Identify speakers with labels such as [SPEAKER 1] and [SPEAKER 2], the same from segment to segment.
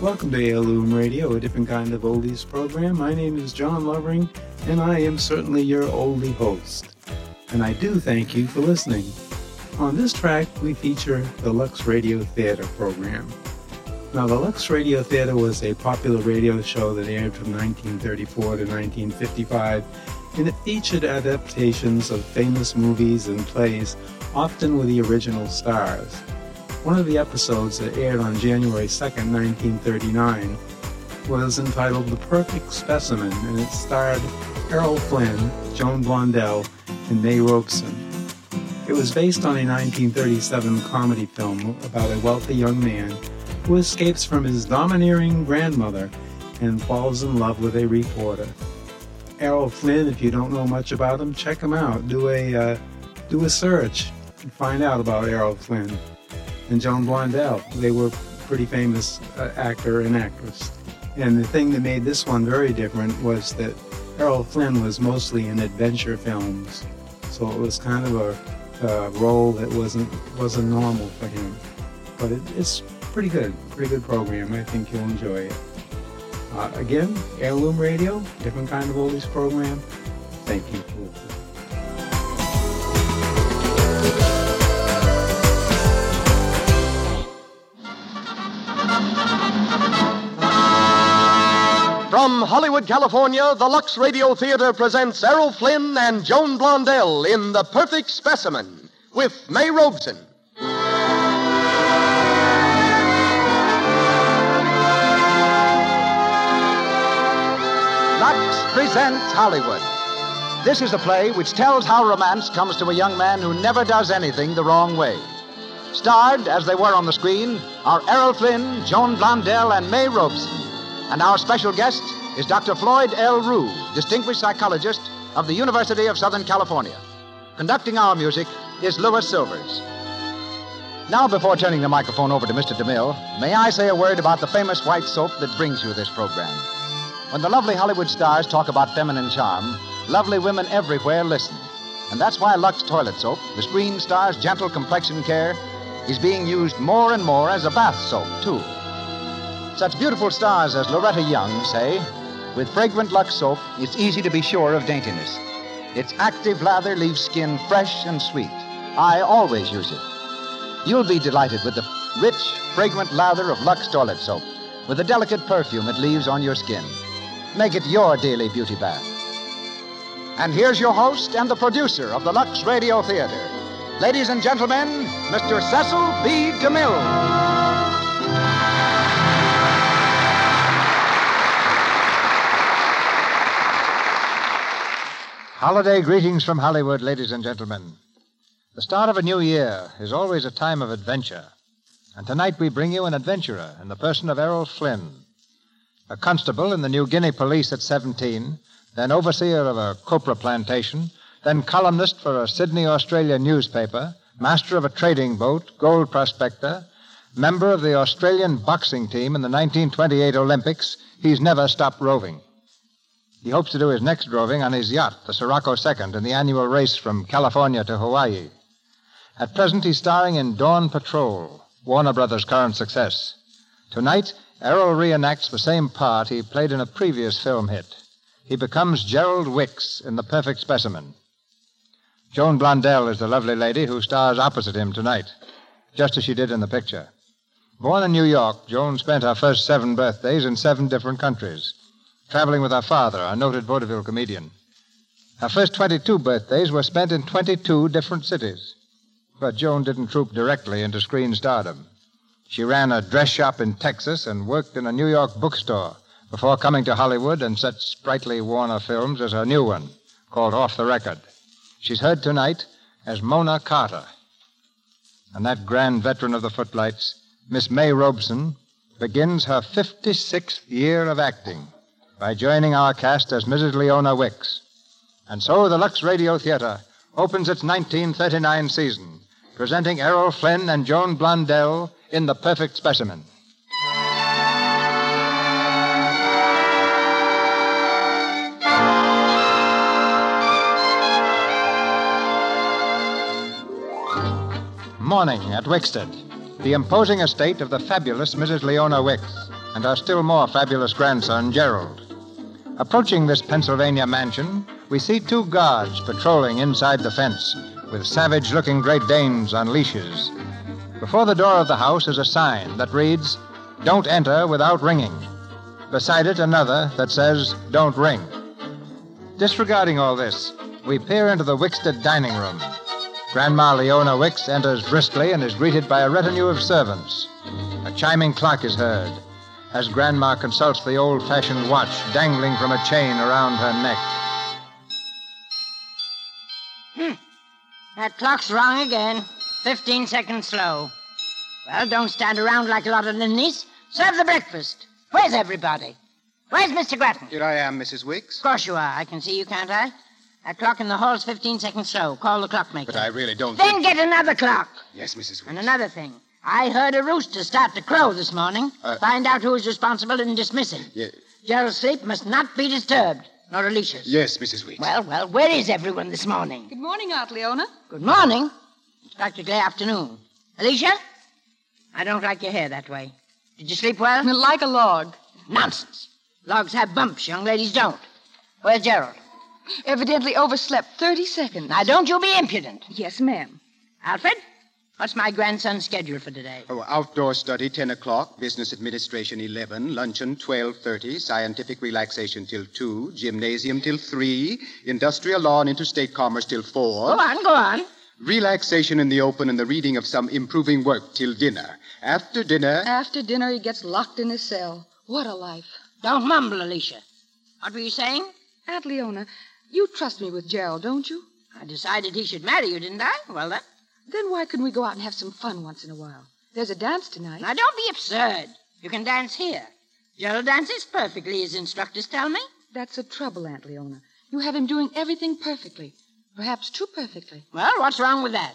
[SPEAKER 1] Welcome to Heirloom Radio, a different kind of oldies program. My name is John Lovering, and I am certainly your oldie host. And I do thank you for listening. On this track, we feature the Lux Radio Theater program. Now, the Lux Radio Theater was a popular radio show that aired from 1934 to 1955, and it featured adaptations of famous movies and plays, often with the original stars one of the episodes that aired on January 2, 1939, was entitled The Perfect Specimen, and it starred Errol Flynn, Joan Blondell, and May Robeson. It was based on a 1937 comedy film about a wealthy young man who escapes from his domineering grandmother and falls in love with a reporter. Errol Flynn, if you don't know much about him, check him out. Do a uh, do a search and find out about Errol Flynn and Joan Blondell. They were pretty famous uh, actor and actress. And the thing that made this one very different was that Errol Flynn was mostly in adventure films, so it was kind of a uh, role that wasn't wasn't normal for him. But it, it's pretty good, pretty good program. I think you'll enjoy it. Uh, again, Heirloom Radio, different kind of oldies program. Thank you for listening.
[SPEAKER 2] From Hollywood, California, the Lux Radio Theater presents Errol Flynn and Joan Blondell in The Perfect Specimen with May Robeson.
[SPEAKER 3] Lux presents Hollywood. This is a play which tells how romance comes to a young man who never does anything the wrong way. Starred, as they were on the screen, are Errol Flynn, Joan Blondell, and May Robeson. And our special guest is Dr. Floyd L. Rue, distinguished psychologist of the University of Southern California. Conducting our music is Louis Silvers. Now, before turning the microphone over to Mr. DeMille, may I say a word about the famous white soap that brings you this program. When the lovely Hollywood stars talk about feminine charm, lovely women everywhere listen. And that's why Lux Toilet Soap, the screen star's gentle complexion care, is being used more and more as a bath soap, too. Such beautiful stars as Loretta Young say, with fragrant Lux soap, it's easy to be sure of daintiness. Its active lather leaves skin fresh and sweet. I always use it. You'll be delighted with the rich, fragrant lather of Lux toilet soap, with the delicate perfume it leaves on your skin. Make it your daily beauty bath. And here's your host and the producer of the Lux Radio Theater. Ladies and gentlemen, Mr. Cecil B. DeMille. Holiday greetings from Hollywood, ladies and gentlemen. The start of a new year is always a time of adventure. And tonight we bring you an adventurer in the person of Errol Flynn, a constable in the New Guinea police at 17, then overseer of a copra plantation, then columnist for a Sydney, Australia newspaper, master of a trading boat, gold prospector, member of the Australian boxing team in the 1928 Olympics. He's never stopped roving. He hopes to do his next roving on his yacht, the Sirocco Second, in the annual race from California to Hawaii. At present, he's starring in Dawn Patrol, Warner Brothers' current success. Tonight, Errol reenacts the same part he played in a previous film hit. He becomes Gerald Wicks in The Perfect Specimen. Joan Blondell is the lovely lady who stars opposite him tonight, just as she did in the picture. Born in New York, Joan spent her first seven birthdays in seven different countries traveling with her father, a noted vaudeville comedian. Her first 22 birthdays were spent in 22 different cities. But Joan didn't troop directly into screen stardom. She ran a dress shop in Texas and worked in a New York bookstore before coming to Hollywood and such sprightly Warner films as her new one, called Off the Record. She's heard tonight as Mona Carter. And that grand veteran of the footlights, Miss May Robeson, begins her 56th year of acting by joining our cast as Mrs. Leona Wicks. And so the Lux Radio Theater opens its 1939 season, presenting Errol Flynn and Joan Blondell in The Perfect Specimen. Morning at Wickstead, the imposing estate of the fabulous Mrs. Leona Wicks. and our still more fabulous grandson, Gerald. Approaching this Pennsylvania mansion, we see two guards patrolling inside the fence with savage looking Great Danes on leashes. Before the door of the house is a sign that reads, Don't enter without ringing. Beside it, another that says, Don't ring. Disregarding all this, we peer into the Wixted dining room. Grandma Leona Wicks enters briskly and is greeted by a retinue of servants. A chiming clock is heard as Grandma consults the old fashioned watch dangling from a chain around her neck.
[SPEAKER 4] Hmm. That clock's wrong again. Fifteen seconds slow. Well, don't stand around like a lot of ninnies. Serve the breakfast. Where's everybody? Where's Mr. Grattan?
[SPEAKER 5] Here I am, Mrs. Wicks.
[SPEAKER 4] Of course you are. I can see you, can't I? That clock in the hall's 15 seconds slow. Call the clockmaker.
[SPEAKER 5] But I really don't.
[SPEAKER 4] Then get another clock.
[SPEAKER 5] Yes, Mrs.
[SPEAKER 4] And
[SPEAKER 5] Wicks.
[SPEAKER 4] another thing. I heard a rooster start to crow this morning.
[SPEAKER 5] Uh,
[SPEAKER 4] Find out who is responsible and dismiss him.
[SPEAKER 5] Ye-
[SPEAKER 4] Gerald's sleep must not be disturbed, nor Alicia's.
[SPEAKER 5] yes, Mrs. Wicks.
[SPEAKER 4] Well, well, where is everyone this morning?
[SPEAKER 6] Good morning, Aunt Leona.
[SPEAKER 4] Good morning. It's practically afternoon. Alicia? I don't like your hair that way. Did you sleep well?
[SPEAKER 6] Like a log.
[SPEAKER 4] Nonsense. Logs have bumps. Young ladies don't. Where's Gerald?
[SPEAKER 6] Evidently overslept 30 seconds.
[SPEAKER 4] Now, don't you be impudent.
[SPEAKER 6] Yes, ma'am.
[SPEAKER 4] Alfred, what's my grandson's schedule for today?
[SPEAKER 5] Oh, outdoor study, 10 o'clock. Business administration, 11. Luncheon, 12.30. Scientific relaxation till 2. Gymnasium till 3. Industrial law and interstate commerce till 4.
[SPEAKER 4] Go on, go on.
[SPEAKER 5] Relaxation in the open and the reading of some improving work till dinner. After dinner...
[SPEAKER 6] After dinner, he gets locked in his cell. What a life.
[SPEAKER 4] Don't mumble, Alicia. What were you saying?
[SPEAKER 6] Aunt Leona, you trust me with Gerald, don't you?
[SPEAKER 4] I decided he should marry you, didn't I? Well, then.
[SPEAKER 6] Then why couldn't we go out and have some fun once in a while? There's a dance tonight.
[SPEAKER 4] Now, don't be absurd. You can dance here. Gerald dances perfectly, his instructors tell me.
[SPEAKER 6] That's the trouble, Aunt Leona. You have him doing everything perfectly. Perhaps too perfectly.
[SPEAKER 4] Well, what's wrong with that?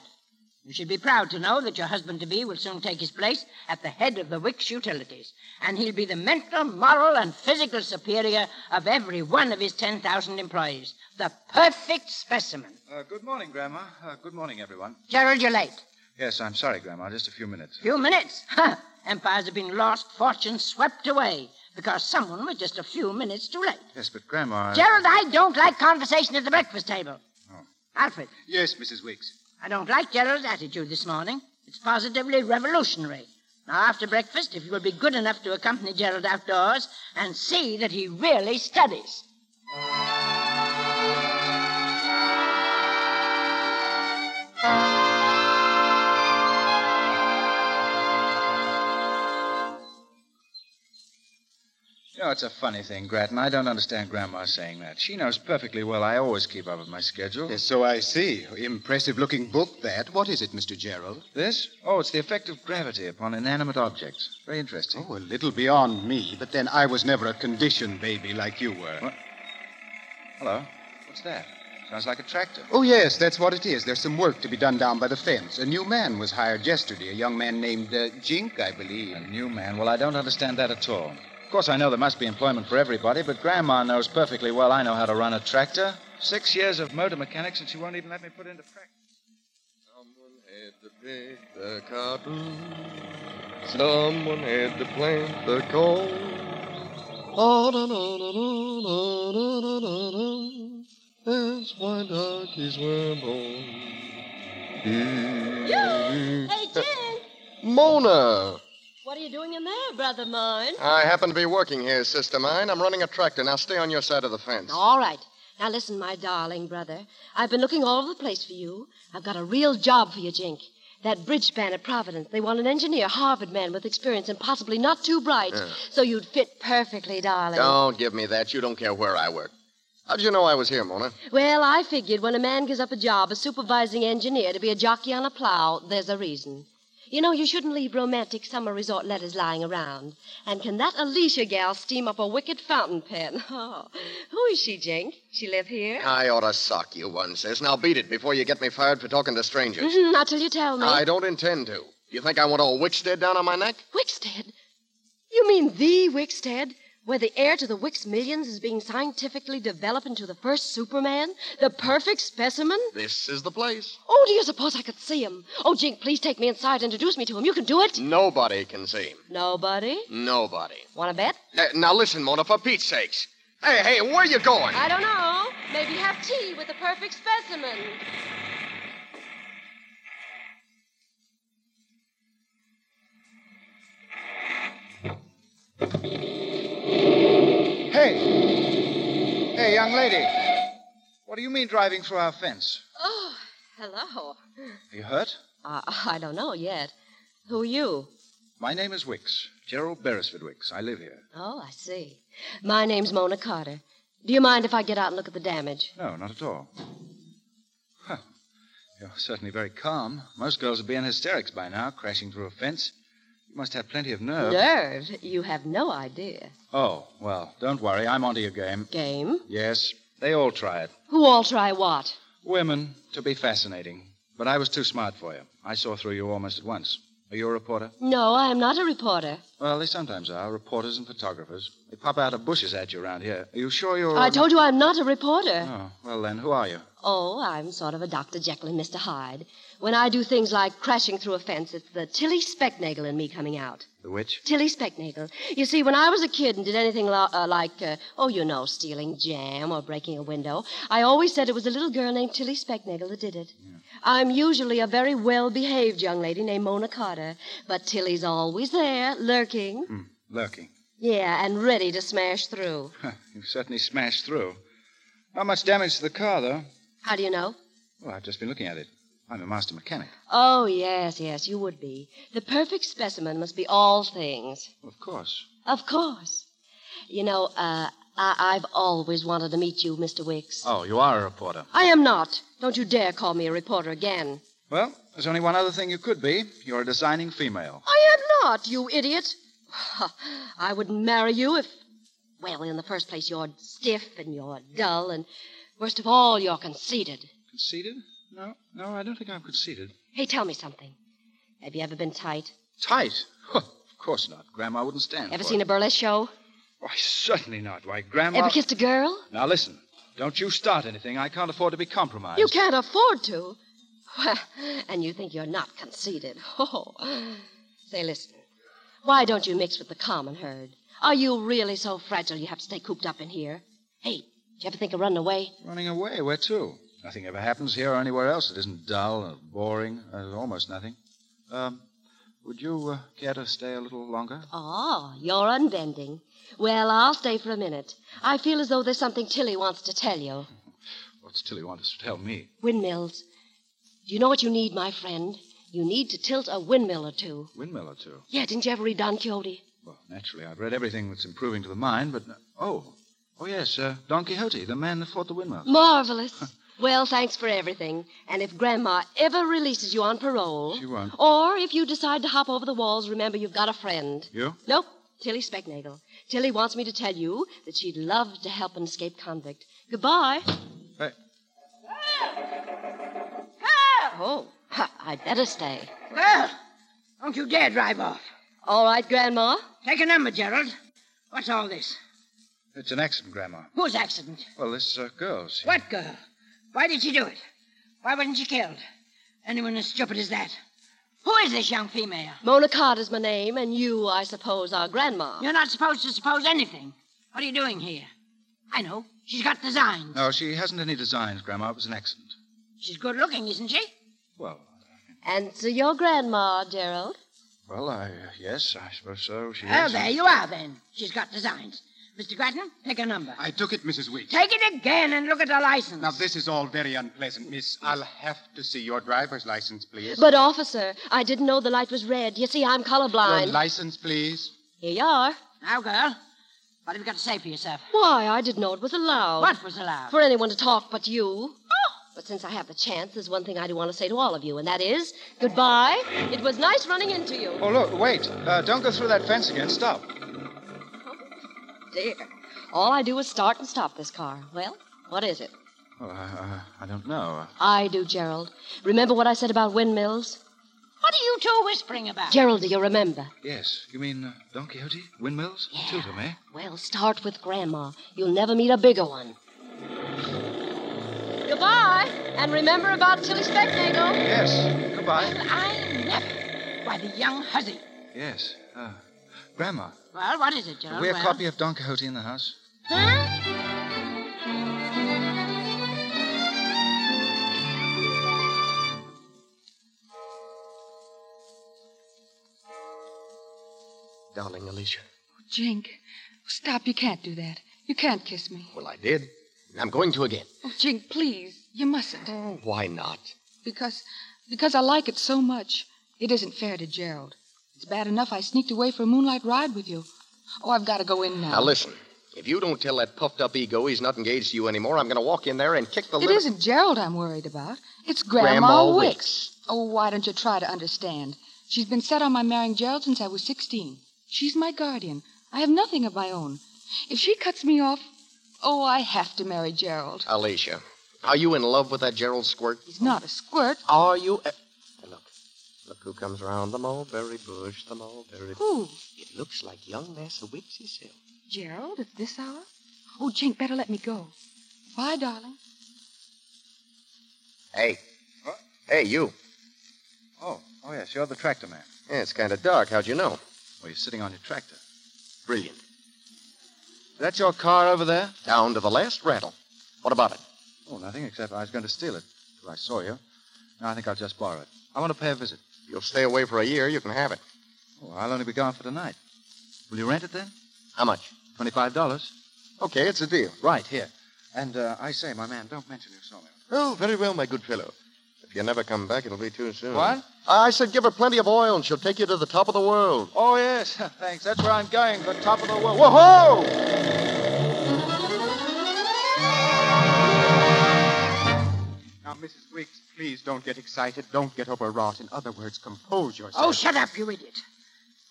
[SPEAKER 4] You should be proud to know that your husband to be will soon take his place at the head of the Wicks Utilities, and he'll be the mental, moral, and physical superior of every one of his 10,000 employees. The perfect specimen.
[SPEAKER 7] Uh, good morning, Grandma. Uh, good morning, everyone.
[SPEAKER 4] Gerald, you're late.
[SPEAKER 7] Yes, I'm sorry, Grandma. Just a few minutes.
[SPEAKER 4] Few minutes? Ha! Empires have been lost, fortunes swept away, because someone was just a few minutes too late.
[SPEAKER 7] Yes, but Grandma. I-
[SPEAKER 4] Gerald, I don't like conversation at the breakfast table.
[SPEAKER 7] Oh.
[SPEAKER 4] Alfred,
[SPEAKER 5] Yes, Mrs. Wicks.
[SPEAKER 4] I don't like Gerald's attitude this morning. It's positively revolutionary. Now, after breakfast, if you will be good enough to accompany Gerald outdoors and see that he really studies.
[SPEAKER 7] You know, it's a funny thing, Grattan. I don't understand Grandma saying that. She knows perfectly well I always keep up with my schedule.
[SPEAKER 5] Yes, so I see. Impressive looking book, that. What is it, Mr. Gerald?
[SPEAKER 7] This? Oh, it's the effect of gravity upon inanimate objects. Very interesting.
[SPEAKER 5] Oh, a little beyond me, but then I was never a conditioned baby like you were.
[SPEAKER 7] What? Hello. What's that? Sounds like a tractor.
[SPEAKER 5] Oh, yes, that's what it is. There's some work to be done down by the fence. A new man was hired yesterday, a young man named uh, Jink, I believe.
[SPEAKER 7] A new man. Well, I don't understand that at all. Of course, I know there must be employment for everybody, but Grandma knows perfectly well I know how to run a tractor. Six years of motor mechanics, and she won't even let me put into practice.
[SPEAKER 8] Someone had to pick the cotton. Someone had to plant the corn. Oh, da, da, da, da, da, da, da, da, da. That's why donkeys were born.
[SPEAKER 9] Hey, Jim!
[SPEAKER 8] Mona!
[SPEAKER 9] What are you doing in there, brother mine?
[SPEAKER 8] I happen to be working here, sister mine. I'm running a tractor. Now stay on your side of the fence.
[SPEAKER 9] All right. Now listen, my darling brother. I've been looking all over the place for you. I've got a real job for you, Jink. That bridge span at Providence. They want an engineer, Harvard man with experience, and possibly not too bright. So you'd fit perfectly, darling.
[SPEAKER 8] Don't give me that. You don't care where I work. How'd you know I was here, Mona?
[SPEAKER 9] Well, I figured when a man gives up a job as supervising engineer to be a jockey on a plow, there's a reason. You know, you shouldn't leave romantic summer resort letters lying around. And can that Alicia gal steam up a wicked fountain pen? Oh, who is she, Jink? She live here?
[SPEAKER 8] I ought to sock you one, sis. Now beat it before you get me fired for talking to strangers.
[SPEAKER 6] Mm-hmm,
[SPEAKER 9] Mhm, Not till you tell me.
[SPEAKER 8] I don't intend to. You think I want old Wickstead down on my neck?
[SPEAKER 9] Wickstead? You mean the Wickstead? where the heir to the Wicks millions is being scientifically developed into the first Superman, the perfect specimen?
[SPEAKER 10] This is the place.
[SPEAKER 9] Oh, do you suppose I could see him? Oh, Jink, please take me inside and introduce me to him. You can do it.
[SPEAKER 2] Nobody can see him.
[SPEAKER 9] Nobody?
[SPEAKER 2] Nobody.
[SPEAKER 9] Want to bet?
[SPEAKER 2] Uh, now listen, Mona, for Pete's sakes. Hey, hey, where you going?
[SPEAKER 9] I don't know. Maybe have tea with the perfect specimen.
[SPEAKER 7] Hey! Hey, young lady. What do you mean driving through our fence?
[SPEAKER 9] Oh, hello.
[SPEAKER 7] Are you hurt?
[SPEAKER 9] Uh, I don't know yet. Who are you?
[SPEAKER 7] My name is Wicks, Gerald Beresford Wicks. I live here.
[SPEAKER 9] Oh, I see. My name's Mona Carter. Do you mind if I get out and look at the damage?
[SPEAKER 7] No, not at all. Huh. You're certainly very calm. Most girls would be in hysterics by now, crashing through a fence. You must have plenty of nerve.
[SPEAKER 9] Nerve? You have no idea.
[SPEAKER 7] Oh, well, don't worry. I'm onto your game.
[SPEAKER 9] Game?
[SPEAKER 7] Yes, they all try it.
[SPEAKER 9] Who all try what?
[SPEAKER 7] Women, to be fascinating. But I was too smart for you. I saw through you almost at once. Are you a reporter?
[SPEAKER 9] No, I am not a reporter.
[SPEAKER 7] Well, they sometimes are. Reporters and photographers. They pop out of bushes at you around here. Are you sure you're.
[SPEAKER 9] I told you I'm not a reporter.
[SPEAKER 7] Oh, well then, who are you?
[SPEAKER 9] Oh, I'm sort of a Dr. Jekyll and Mr. Hyde. When I do things like crashing through a fence, it's the Tilly Specknagel in me coming out.
[SPEAKER 7] The witch?
[SPEAKER 9] Tilly Specknagel. You see, when I was a kid and did anything lo- uh, like, uh, oh, you know, stealing jam or breaking a window, I always said it was a little girl named Tilly Specknagel that did it. I'm usually a very well behaved young lady named Mona Carter, but Tilly's always there, lurking.
[SPEAKER 7] Hmm, lurking.
[SPEAKER 9] Yeah, and ready to smash through.
[SPEAKER 7] You've certainly smashed through. Not much damage to the car, though.
[SPEAKER 9] How do you know?
[SPEAKER 7] Well, I've just been looking at it. I'm a master mechanic.
[SPEAKER 9] Oh, yes, yes, you would be. The perfect specimen must be all things.
[SPEAKER 7] Of course.
[SPEAKER 9] Of course. You know, uh, I- I've always wanted to meet you, Mr. Wicks.
[SPEAKER 7] Oh, you are a reporter.
[SPEAKER 9] I am not. Don't you dare call me a reporter again.
[SPEAKER 7] Well, there's only one other thing you could be. You're a designing female.
[SPEAKER 9] I am not, you idiot. I wouldn't marry you if. Well, in the first place, you're stiff and you're dull, and worst of all, you're conceited.
[SPEAKER 7] Conceited? No, no, I don't think I'm conceited.
[SPEAKER 9] Hey, tell me something. Have you ever been tight?
[SPEAKER 7] Tight? Huh, of course not. Grandma wouldn't stand
[SPEAKER 9] Ever
[SPEAKER 7] for
[SPEAKER 9] seen
[SPEAKER 7] it.
[SPEAKER 9] a burlesque show?
[SPEAKER 7] Why, certainly not. Why, Grandma...
[SPEAKER 9] Ever kissed a girl?
[SPEAKER 7] Now, listen. Don't you start anything. I can't afford to be compromised.
[SPEAKER 9] You can't afford to. Well, and you think you're not conceited. Oh. Say, listen. Why don't you mix with the common herd? Are you really so fragile you have to stay cooped up in here? Hey, do you ever think of running away?
[SPEAKER 7] Running away? Where to? Nothing ever happens here or anywhere else that isn't dull or boring. There's almost nothing. Um, would you uh, care to stay a little longer?
[SPEAKER 9] Oh, you're unbending. Well, I'll stay for a minute. I feel as though there's something Tilly wants to tell you.
[SPEAKER 7] What's Tilly want to tell me?
[SPEAKER 9] Windmills. Do you know what you need, my friend? You need to tilt a windmill or two.
[SPEAKER 7] Windmill or two?
[SPEAKER 9] Yeah, didn't you ever read Don Quixote?
[SPEAKER 7] Well, naturally, I've read everything that's improving to the mind, but... Oh, oh yes, uh, Don Quixote, the man that fought the windmill.
[SPEAKER 9] Marvelous. well, thanks for everything. And if Grandma ever releases you on parole,
[SPEAKER 7] She won't.
[SPEAKER 9] or if you decide to hop over the walls, remember you've got a friend.
[SPEAKER 7] You?
[SPEAKER 9] Nope, Tilly Specknagel. Tilly wants me to tell you that she'd love to help an escaped convict. Goodbye.
[SPEAKER 7] Hey.
[SPEAKER 9] Oh, ha, I'd better stay.
[SPEAKER 4] Well, don't you dare drive off.
[SPEAKER 9] All right, Grandma.
[SPEAKER 4] Take a number, Gerald. What's all this?
[SPEAKER 7] It's an accident, Grandma.
[SPEAKER 4] Whose accident?
[SPEAKER 7] Well, this uh, girl, she...
[SPEAKER 4] What girl? Why did she do it? Why wasn't she killed? Anyone as stupid as that? Who is this young female?
[SPEAKER 9] Mona Carter's my name, and you, I suppose, are Grandma.
[SPEAKER 4] You're not supposed to suppose anything. What are you doing here? I know. She's got designs.
[SPEAKER 7] No, she hasn't any designs, Grandma. It was an accident.
[SPEAKER 4] She's good looking, isn't she?
[SPEAKER 7] Well,
[SPEAKER 9] And so your Grandma, Gerald.
[SPEAKER 7] well, I... yes, I suppose so. She
[SPEAKER 4] Well,
[SPEAKER 7] is.
[SPEAKER 4] Oh, there you are, then. She's got designs. Mr. Grattan, take a number.
[SPEAKER 11] I took it, Mrs. Weeks.
[SPEAKER 4] Take it again and look at her license.
[SPEAKER 11] Now, this is all very unpleasant, miss. I'll have to see your driver's license, please.
[SPEAKER 9] But, officer, I didn't know the light was red. You see, I'm colorblind.
[SPEAKER 11] Your license, please.
[SPEAKER 9] Here you are.
[SPEAKER 4] Now, girl, what have you got to say for yourself?
[SPEAKER 9] Why, I didn't know it was allowed. Oh.
[SPEAKER 4] What was allowed?
[SPEAKER 9] For anyone to talk but you. But since I have the chance, there's one thing I do want to say to all of you, and that is goodbye. It was nice running into you.
[SPEAKER 7] Oh, look, wait. Uh, don't go through that fence again. Stop.
[SPEAKER 9] Dear. All I do is start and stop this car. Well, what is it?
[SPEAKER 7] Well, Oh, I, I, I don't know.
[SPEAKER 9] I do, Gerald. Remember what I said about windmills?
[SPEAKER 4] What are you two whispering about?
[SPEAKER 9] Gerald, do you remember?
[SPEAKER 7] Yes. You mean uh, Don Quixote? Windmills? Two of them, eh?
[SPEAKER 9] Well, start with Grandma. You'll never meet a bigger one. Goodbye. And remember about Tilly Specknagel.
[SPEAKER 7] Yes. Goodbye.
[SPEAKER 4] I never. Why, the young hussy.
[SPEAKER 7] Yes. Uh, Grandma,
[SPEAKER 4] Well, what is it, Gerald?
[SPEAKER 7] have we a
[SPEAKER 4] Well-
[SPEAKER 7] copy of Don Quixote in the house?
[SPEAKER 4] Huh?
[SPEAKER 8] Darling Alicia.
[SPEAKER 6] Oh, Jink, stop. You can't do that. You can't kiss me.
[SPEAKER 8] Well, I did. And I'm going to again.
[SPEAKER 6] Oh, Jink, please. You mustn't.
[SPEAKER 4] Oh.
[SPEAKER 8] Why not?
[SPEAKER 6] Because, because I like it so much. It isn't fair to Gerald. It's bad enough I sneaked away for a moonlight ride with you. Oh, I've got to go in now.
[SPEAKER 8] Now, listen. If you don't tell that puffed up ego he's not engaged to you anymore, I'm going to walk in there and kick the
[SPEAKER 6] It
[SPEAKER 8] liver-
[SPEAKER 6] isn't Gerald I'm worried about. It's Grandma,
[SPEAKER 8] Grandma
[SPEAKER 6] Wicks. Oh, why don't you try to understand? She's been set on my marrying Gerald since I was 16. She's my guardian. I have nothing of my own. If she cuts me off, oh, I have to marry Gerald.
[SPEAKER 8] Alicia, are you in love with that Gerald Squirt?
[SPEAKER 6] He's not a squirt.
[SPEAKER 8] Are you. uh, a- And Look. Look who comes round the mulberry bush, the mulberry
[SPEAKER 6] Who?
[SPEAKER 8] It looks like young Massa Wicks himself.
[SPEAKER 6] Gerald, at this hour? Oh, Jink, better let me go. Bye, darling.
[SPEAKER 8] Hey. Hey, you.
[SPEAKER 7] Oh, oh yes, you're the tractor man.
[SPEAKER 8] Yeah, it's kind of dark. How'd you know?
[SPEAKER 7] Well, you're sitting on your tractor.
[SPEAKER 8] Brilliant.
[SPEAKER 7] That's your car over there?
[SPEAKER 8] Down to the last rattle. What about it?
[SPEAKER 7] Oh, nothing, except I was going to steal it till I saw you. Now I think I'll just borrow it. I want to pay a visit.
[SPEAKER 8] You'll stay away for a year. You can have it.
[SPEAKER 7] Oh, I'll only be gone for tonight. Will you rent it then?
[SPEAKER 8] How much?
[SPEAKER 7] Twenty-five dollars.
[SPEAKER 8] Okay, it's a deal.
[SPEAKER 7] Right, here. And uh, I say, my man, don't mention you saw me.
[SPEAKER 8] Oh, very well, my good fellow. If you never come back, it'll be too soon.
[SPEAKER 7] What?
[SPEAKER 8] I said give her plenty of oil and she'll take you to the top of the world.
[SPEAKER 7] Oh, yes, thanks. That's where I'm going, the top of the world. Whoa!
[SPEAKER 11] Now, Mrs. Wicks, please don't get excited. Don't get overwrought. In other words, compose yourself.
[SPEAKER 4] Oh, shut up, you idiot. Oh,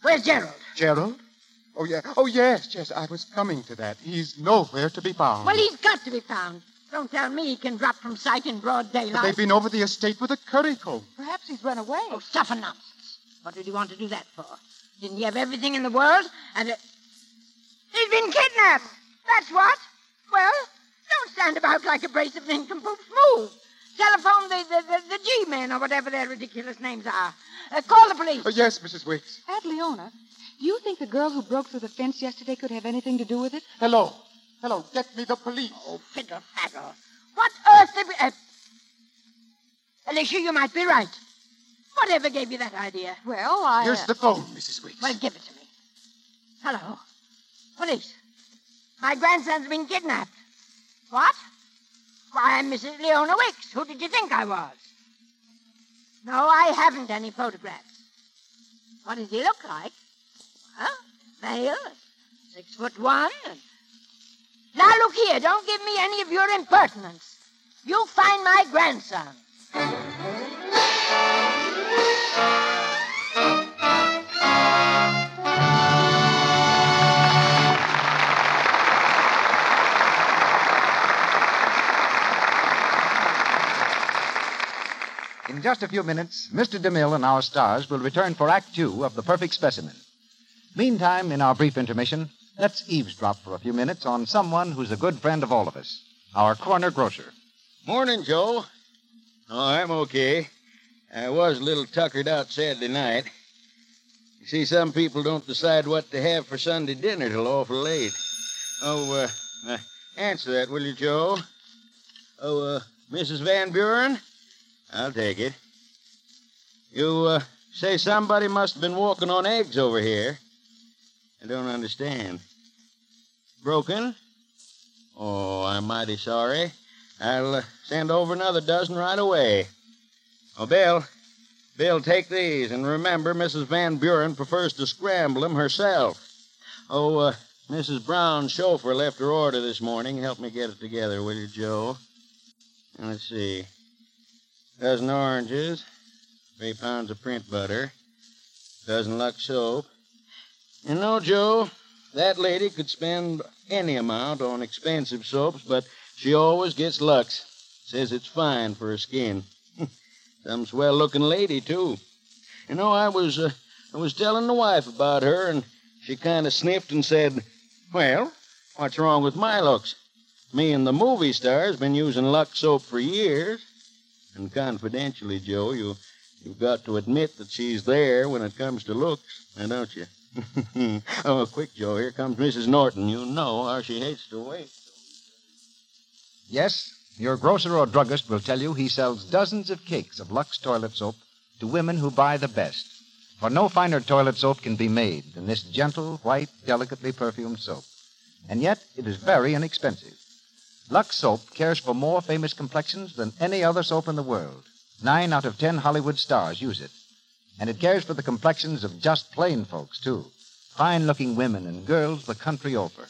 [SPEAKER 4] Where's Gerald?
[SPEAKER 11] Gerald? Oh, yeah. Oh, yes, yes. I was coming to that. He's nowhere to be found.
[SPEAKER 4] Well, he's got to be found. Don't tell me he can drop from sight in
[SPEAKER 11] But
[SPEAKER 4] broad
[SPEAKER 11] they've
[SPEAKER 4] daylight.
[SPEAKER 11] been over the estate with a currycomb.
[SPEAKER 6] Perhaps he's run away.
[SPEAKER 4] Oh, stuff and nonsense. What did he want to do that for? Didn't he have everything in the world? And it... he's been kidnapped. That's what. Well, don't stand about like a brace of nincompoops. Move. Telephone the the, the, the G-men or whatever their ridiculous names are. Uh, call the police.
[SPEAKER 11] Oh, yes, Mrs. Wicks.
[SPEAKER 6] Aunt Leona, do you think the girl who broke through the fence yesterday could have anything to do with it?
[SPEAKER 11] Hello. Hello. Get me the police.
[SPEAKER 4] Oh, fiddle faddle. What earth did we... Uh, Alicia, you might be right. Whatever gave you that idea?
[SPEAKER 6] Well, I.
[SPEAKER 11] Here's the phone, Mrs. Wicks.
[SPEAKER 4] Well, give it to me. Hello. Police. My grandson's been kidnapped. What? Why, I'm Mrs. Leona Wicks. Who did you think I was? No, I haven't any photographs. What does he look like? Well, male, six foot one. and- Now, look here. Don't give me any of your impertinence. You find my grandson.
[SPEAKER 3] In just a few minutes, Mr. DeMille and our stars will return for Act Two of The Perfect Specimen. Meantime, in our brief intermission, let's eavesdrop for a few minutes on someone who's a good friend of all of us our corner grocer.
[SPEAKER 12] Morning, Joe. Oh, I'm okay. I was a little tuckered out Saturday night. You see, some people don't decide what to have for Sunday dinner till awful late. Oh, uh, uh, answer that, will you, Joe? Oh, uh, Mrs. Van Buren? I'll take it. You, uh, say somebody must have been walking on eggs over here. I don't understand. Broken? Oh, I'm mighty sorry. I'll uh, send over another dozen right away. Oh, Bill, Bill, take these, and remember, Mrs. Van Buren prefers to scramble them herself. Oh, uh, Mrs. Brown's chauffeur left her order this morning. Help me get it together, will you, Joe? Let's see. Dozen oranges, three pounds of print butter, dozen Lux soap. You know, Joe, that lady could spend any amount on expensive soaps, but she always gets Lux. Says it's fine for her skin. Some swell looking lady, too.
[SPEAKER 13] You know, I was uh, I was telling the wife about her, and she kind of sniffed and said, "Well, what's wrong with my looks? Me and the movie star's been using Lux soap for years." And confidentially, Joe, you you've got to admit that she's there when it comes to looks, now don't you? oh, quick, Joe! Here comes Mrs. Norton. You know how she hates to wait.
[SPEAKER 2] Yes, your grocer or druggist will tell you he sells dozens of cakes of Lux toilet soap to women who buy the best. For no finer toilet soap can be made than this gentle, white, delicately perfumed soap. And yet, it is very inexpensive. Lux soap cares for more famous complexions than any other soap in the world. Nine out of ten Hollywood stars use it. And it cares for the complexions of just plain folks, too. Fine looking women and girls the country over.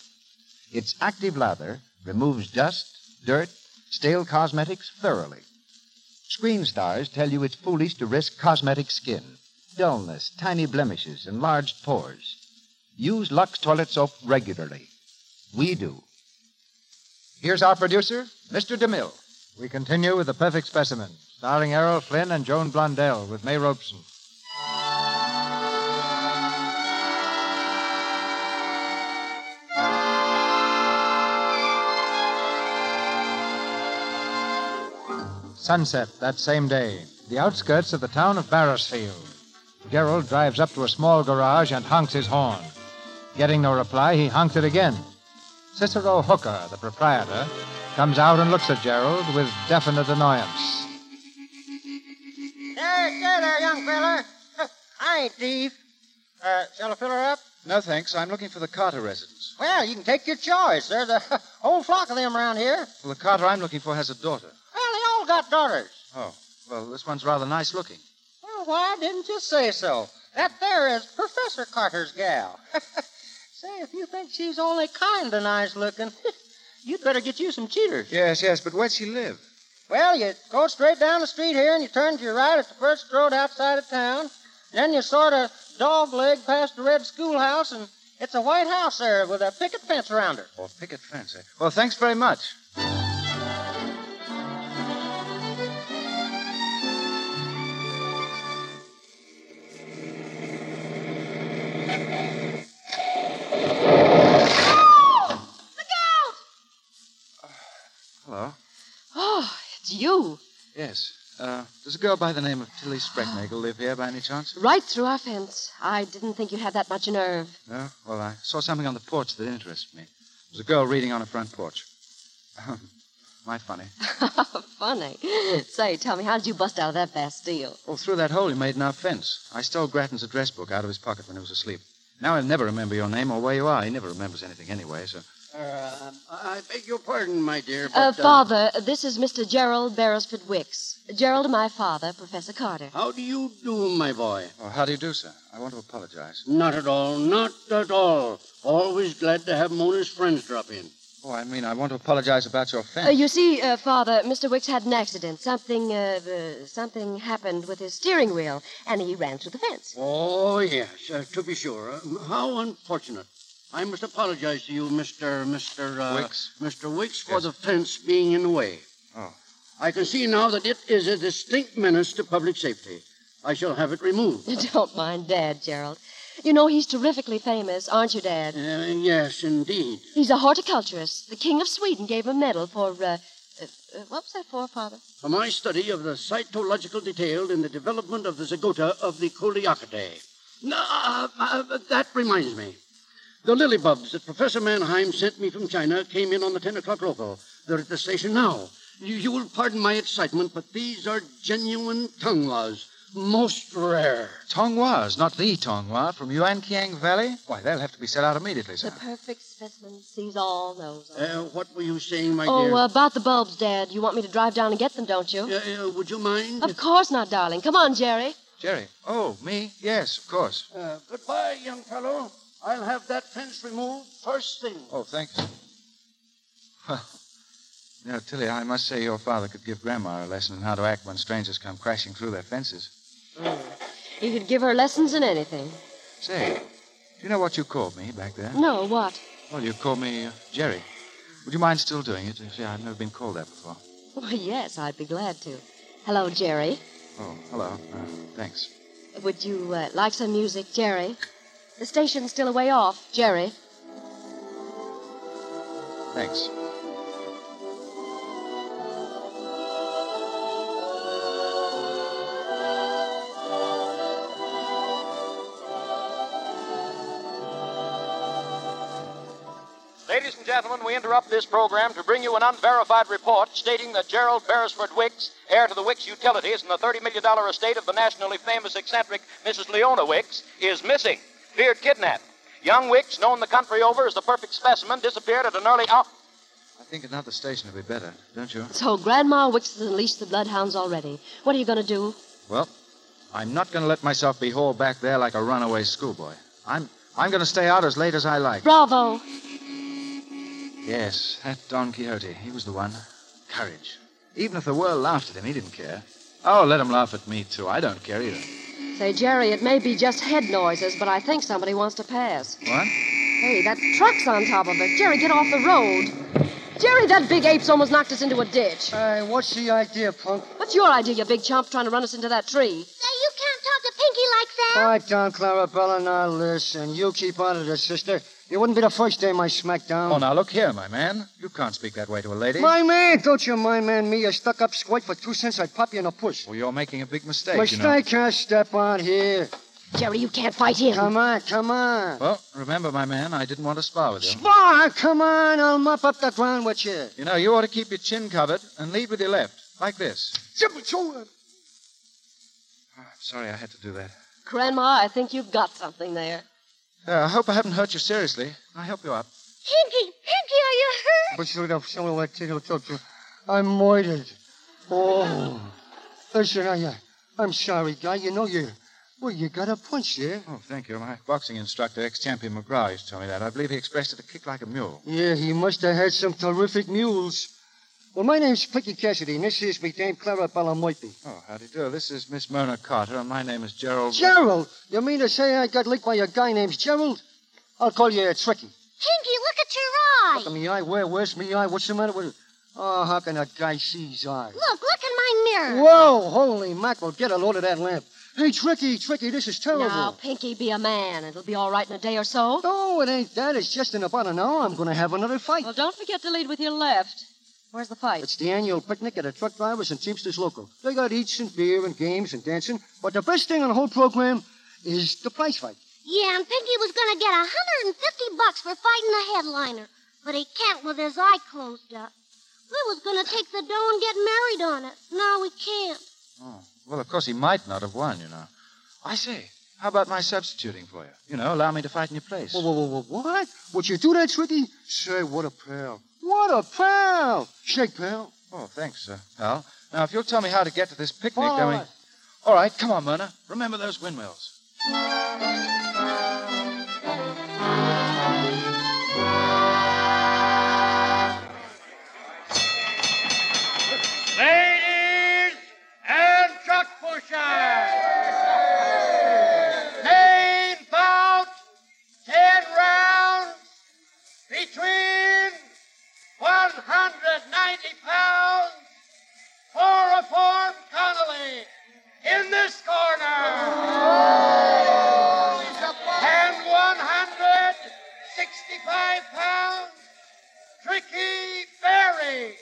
[SPEAKER 2] Its active lather removes dust, dirt, stale cosmetics thoroughly. Screen stars tell you it's foolish to risk cosmetic skin, dullness, tiny blemishes, enlarged pores. Use Lux toilet soap regularly. We do. Here's our producer, Mr. DeMille. We continue with The Perfect Specimen, starring Errol Flynn and Joan Blondell with May Robeson. Sunset that same day, the outskirts of the town of Barrisfield. Gerald drives up to a small garage and honks his horn. Getting no reply, he honks it again. Cicero Hooker, the proprietor, comes out and looks at Gerald with definite annoyance.
[SPEAKER 14] Hey, stay there, young feller. I ain't thief. Uh, shall I fill her up?
[SPEAKER 7] No, thanks. I'm looking for the Carter residence.
[SPEAKER 14] Well, you can take your choice. There's a whole flock of them around here.
[SPEAKER 7] Well, the Carter I'm looking for has a daughter.
[SPEAKER 14] Well, they all got daughters.
[SPEAKER 7] Oh, well, this one's rather nice looking.
[SPEAKER 14] Well, why didn't you say so? That there is Professor Carter's gal. say, if you think she's only kind of nice looking, you'd better get you some cheaters.
[SPEAKER 7] Yes, yes, but where'd she live?
[SPEAKER 14] Well, you go straight down the street here and you turn to your right at the first road outside of town. Then you sort of dog leg past the red schoolhouse, and it's a white house there with a picket fence around it.
[SPEAKER 7] Or picket fence. eh? Well, thanks very much. Hello.
[SPEAKER 15] Oh, it's you.
[SPEAKER 7] Yes. Uh, does a girl by the name of Tilly Sprecknagel live here by any chance?
[SPEAKER 9] Right through our fence. I didn't think you had that much nerve.
[SPEAKER 7] No? Well, I saw something on the porch that interested me. It was a girl reading on a front porch. Um, My funny.
[SPEAKER 9] Funny. Say, tell me, how did you bust out of that Bastille?
[SPEAKER 7] Well, through that hole you made in our fence. I stole Grattan's address book out of his pocket when he was asleep. Now he'll never remember your name or where you are. He never remembers anything anyway, so.
[SPEAKER 13] Uh, I beg your pardon, my dear.
[SPEAKER 9] Uh,
[SPEAKER 13] But,
[SPEAKER 9] father, this is Mr. Gerald Beresford Wicks. Gerald, my father, Professor Carter.
[SPEAKER 13] How do you do, my boy?
[SPEAKER 7] Well, how do you do, sir? I want to apologize.
[SPEAKER 13] Not at all. Not at all. Always glad to have Mona's friends drop in.
[SPEAKER 7] Oh, I mean, I want to apologize about your fence.
[SPEAKER 9] Uh, you see, uh, Father, Mr. Wicks had an accident. Something, uh, uh, something happened with his steering wheel, and he ran through the fence.
[SPEAKER 13] Oh, yes, uh, to be sure. Uh, how unfortunate. I must apologize to you, Mr. Mr. Uh,
[SPEAKER 7] Wicks.
[SPEAKER 13] Mr. Wicks, for the fence being in the way.
[SPEAKER 7] Oh.
[SPEAKER 13] I can see now that it is a distinct menace to public safety. I shall have it removed.
[SPEAKER 9] Don't mind Dad, Gerald. You know he's terrifically famous, aren't you, Dad?
[SPEAKER 13] Uh, yes, indeed.
[SPEAKER 9] He's a horticulturist. The King of Sweden gave him a medal for. Uh, uh, uh, what was that for, Father?
[SPEAKER 13] For my study of the cytological detail in the development of the zygota of the Coleocodae. No, uh, uh, that reminds me. The lily bulbs that Professor Mannheim sent me from China came in on the 10 o'clock local. They're at the station now. You, you will pardon my excitement, but these are genuine tonglas. Most rare.
[SPEAKER 7] Tongwas, not the Tonghua, from Yuan Kiang Valley? Why, they'll have to be set out immediately,
[SPEAKER 9] The
[SPEAKER 7] sir.
[SPEAKER 9] perfect specimen sees all, knows all.
[SPEAKER 13] Uh, what were you saying, my
[SPEAKER 9] oh,
[SPEAKER 13] dear?
[SPEAKER 9] uh, about the bulbs, Dad. You want me to drive down and get them, don't you?
[SPEAKER 13] Uh, uh, would you mind?
[SPEAKER 9] Of course not, darling. Come on, Jerry.
[SPEAKER 7] Jerry. Oh, me? Yes, of course.
[SPEAKER 13] Uh, goodbye, young fellow. I'll have that fence removed first thing.
[SPEAKER 7] Oh, thanks. Well, you know, Tilly, I must say your father could give Grandma a lesson in how to act when strangers come crashing through their fences.
[SPEAKER 13] Oh.
[SPEAKER 9] You could give her lessons in anything.
[SPEAKER 7] Say, do you know what you called me back there?
[SPEAKER 9] No, what?
[SPEAKER 7] Well, you called me uh, Jerry. Would you mind still doing it? You see, I've never been called that before.
[SPEAKER 9] Well, yes, I'd be glad to. Hello, Jerry.
[SPEAKER 7] Oh, hello. Uh, thanks.
[SPEAKER 9] Would you uh, like some music, Jerry? The station's still a way off, Jerry.
[SPEAKER 7] Thanks.
[SPEAKER 16] Ladies and gentlemen, we interrupt this program to bring you an unverified report stating that Gerald Beresford Wicks, heir to the Wicks Utilities and the $30 million estate of the nationally famous eccentric Mrs. Leona Wicks, is missing, feared kidnapped. Young Wicks, known the country over as the perfect specimen, disappeared at an early hour.
[SPEAKER 7] I think another station would be better, don't you?
[SPEAKER 9] So Grandma Wicks has unleashed the bloodhounds already. What are you going to do?
[SPEAKER 7] Well, I'm not going to let myself be hauled back there like a runaway schoolboy. I'm I'm going to stay out as late as I like.
[SPEAKER 9] Bravo!
[SPEAKER 7] Yes, that Don Quixote. He was the one. Courage. Even if the world laughed at him, he didn't care. Oh, let him laugh at me, too. I don't care either.
[SPEAKER 9] Say, Jerry, it may be just head noises, but I think somebody wants to pass.
[SPEAKER 7] What?
[SPEAKER 9] Hey, that truck's on top of us. Jerry, get off the road. Jerry, that big ape's almost knocked us into a ditch.
[SPEAKER 14] Hey, what's the idea, punk?
[SPEAKER 9] What's your idea, you big chump, trying to run us into that tree?
[SPEAKER 17] Say, you can't talk to Pinky like that.
[SPEAKER 14] All right, Don Clarabella, now listen. You keep out of this, sister. You wouldn't be the first day my smackdown.
[SPEAKER 7] Oh, now look here, my man. You can't speak that way to a lady.
[SPEAKER 14] My man, don't you mind, man, me. You stuck up squirt for two cents, I'd pop you in a push.
[SPEAKER 7] Well, you're making a big mistake, you know.
[SPEAKER 14] Mistake, huh? Step on here.
[SPEAKER 9] Jerry, you can't fight him.
[SPEAKER 14] Come on, come on.
[SPEAKER 7] Well, remember, my man, I didn't want to spar with you.
[SPEAKER 14] Bar, come on, I'll mop up the ground with you.
[SPEAKER 7] You know, you ought to keep your chin covered and lead with your left, like this. Ah, Sorry I had to do that.
[SPEAKER 9] Grandma, I think you've got something there.
[SPEAKER 7] Uh, I hope I haven't hurt you seriously. Can I help you up?
[SPEAKER 17] Pinky, Pinky, are you hurt?
[SPEAKER 14] But you don't feel like you don't you? I'm moited. Oh. Listen, I, uh, I'm sorry, guy. You know you. Well, you got a punch there.
[SPEAKER 7] Oh, thank you. My boxing instructor, ex-champion McGraw, used to tell me that. I believe he expressed it a kick like a mule.
[SPEAKER 14] Yeah, he must have had some terrific mules. Well, my name's Pinky Cassidy, and this is me Dame Clara Balamoipi.
[SPEAKER 7] Oh, howdy do. This is Miss Mona Carter, and my name is Gerald.
[SPEAKER 14] Gerald! You mean to say I got licked by a guy named Gerald? I'll call you a tricky.
[SPEAKER 17] Pinky, look at your eye.
[SPEAKER 14] Look at me eye. Where? Where's me eye? What's the matter with it? Oh, how can a guy see his eye?
[SPEAKER 17] Look, look in my mirror.
[SPEAKER 14] Whoa, holy mackerel. Get a load of that lamp. Hey, Tricky, Tricky, this is terrible.
[SPEAKER 9] Now, Pinky, be a man. It'll be all right in a day or so.
[SPEAKER 14] No, Oh, it ain't that. It's just in about an hour I'm going to have another fight.
[SPEAKER 9] Well, don't forget to lead with your left. Where's the fight?
[SPEAKER 14] It's the annual picnic at the truck drivers and Teamsters local. They got eats and beer and games and dancing. But the best thing on the whole program is the prize fight.
[SPEAKER 17] Yeah, and Pinky was going to get 150 bucks for fighting the headliner, but he can't with his eye closed up. We was going to take the dough and get married on it. Now we can't.
[SPEAKER 7] Oh, well, of course, he might not have won, you know. I say, how about my substituting for you? You know, allow me to fight in your place.
[SPEAKER 14] Whoa, whoa, whoa, whoa, what? Would you do that, Tricky? Say, what a pal. What a pal. Shake, pal.
[SPEAKER 7] Oh, thanks, uh, pal. Now, if you'll tell me how to get to this picnic,
[SPEAKER 14] All
[SPEAKER 7] then we...
[SPEAKER 14] right.
[SPEAKER 7] All right, come on, Myrna. Remember those windmills.
[SPEAKER 18] Ladies and truck pushers. Main bout, ten rounds, between 190 pounds, for reform Connolly in this corner. And 165 pounds, Tricky Berry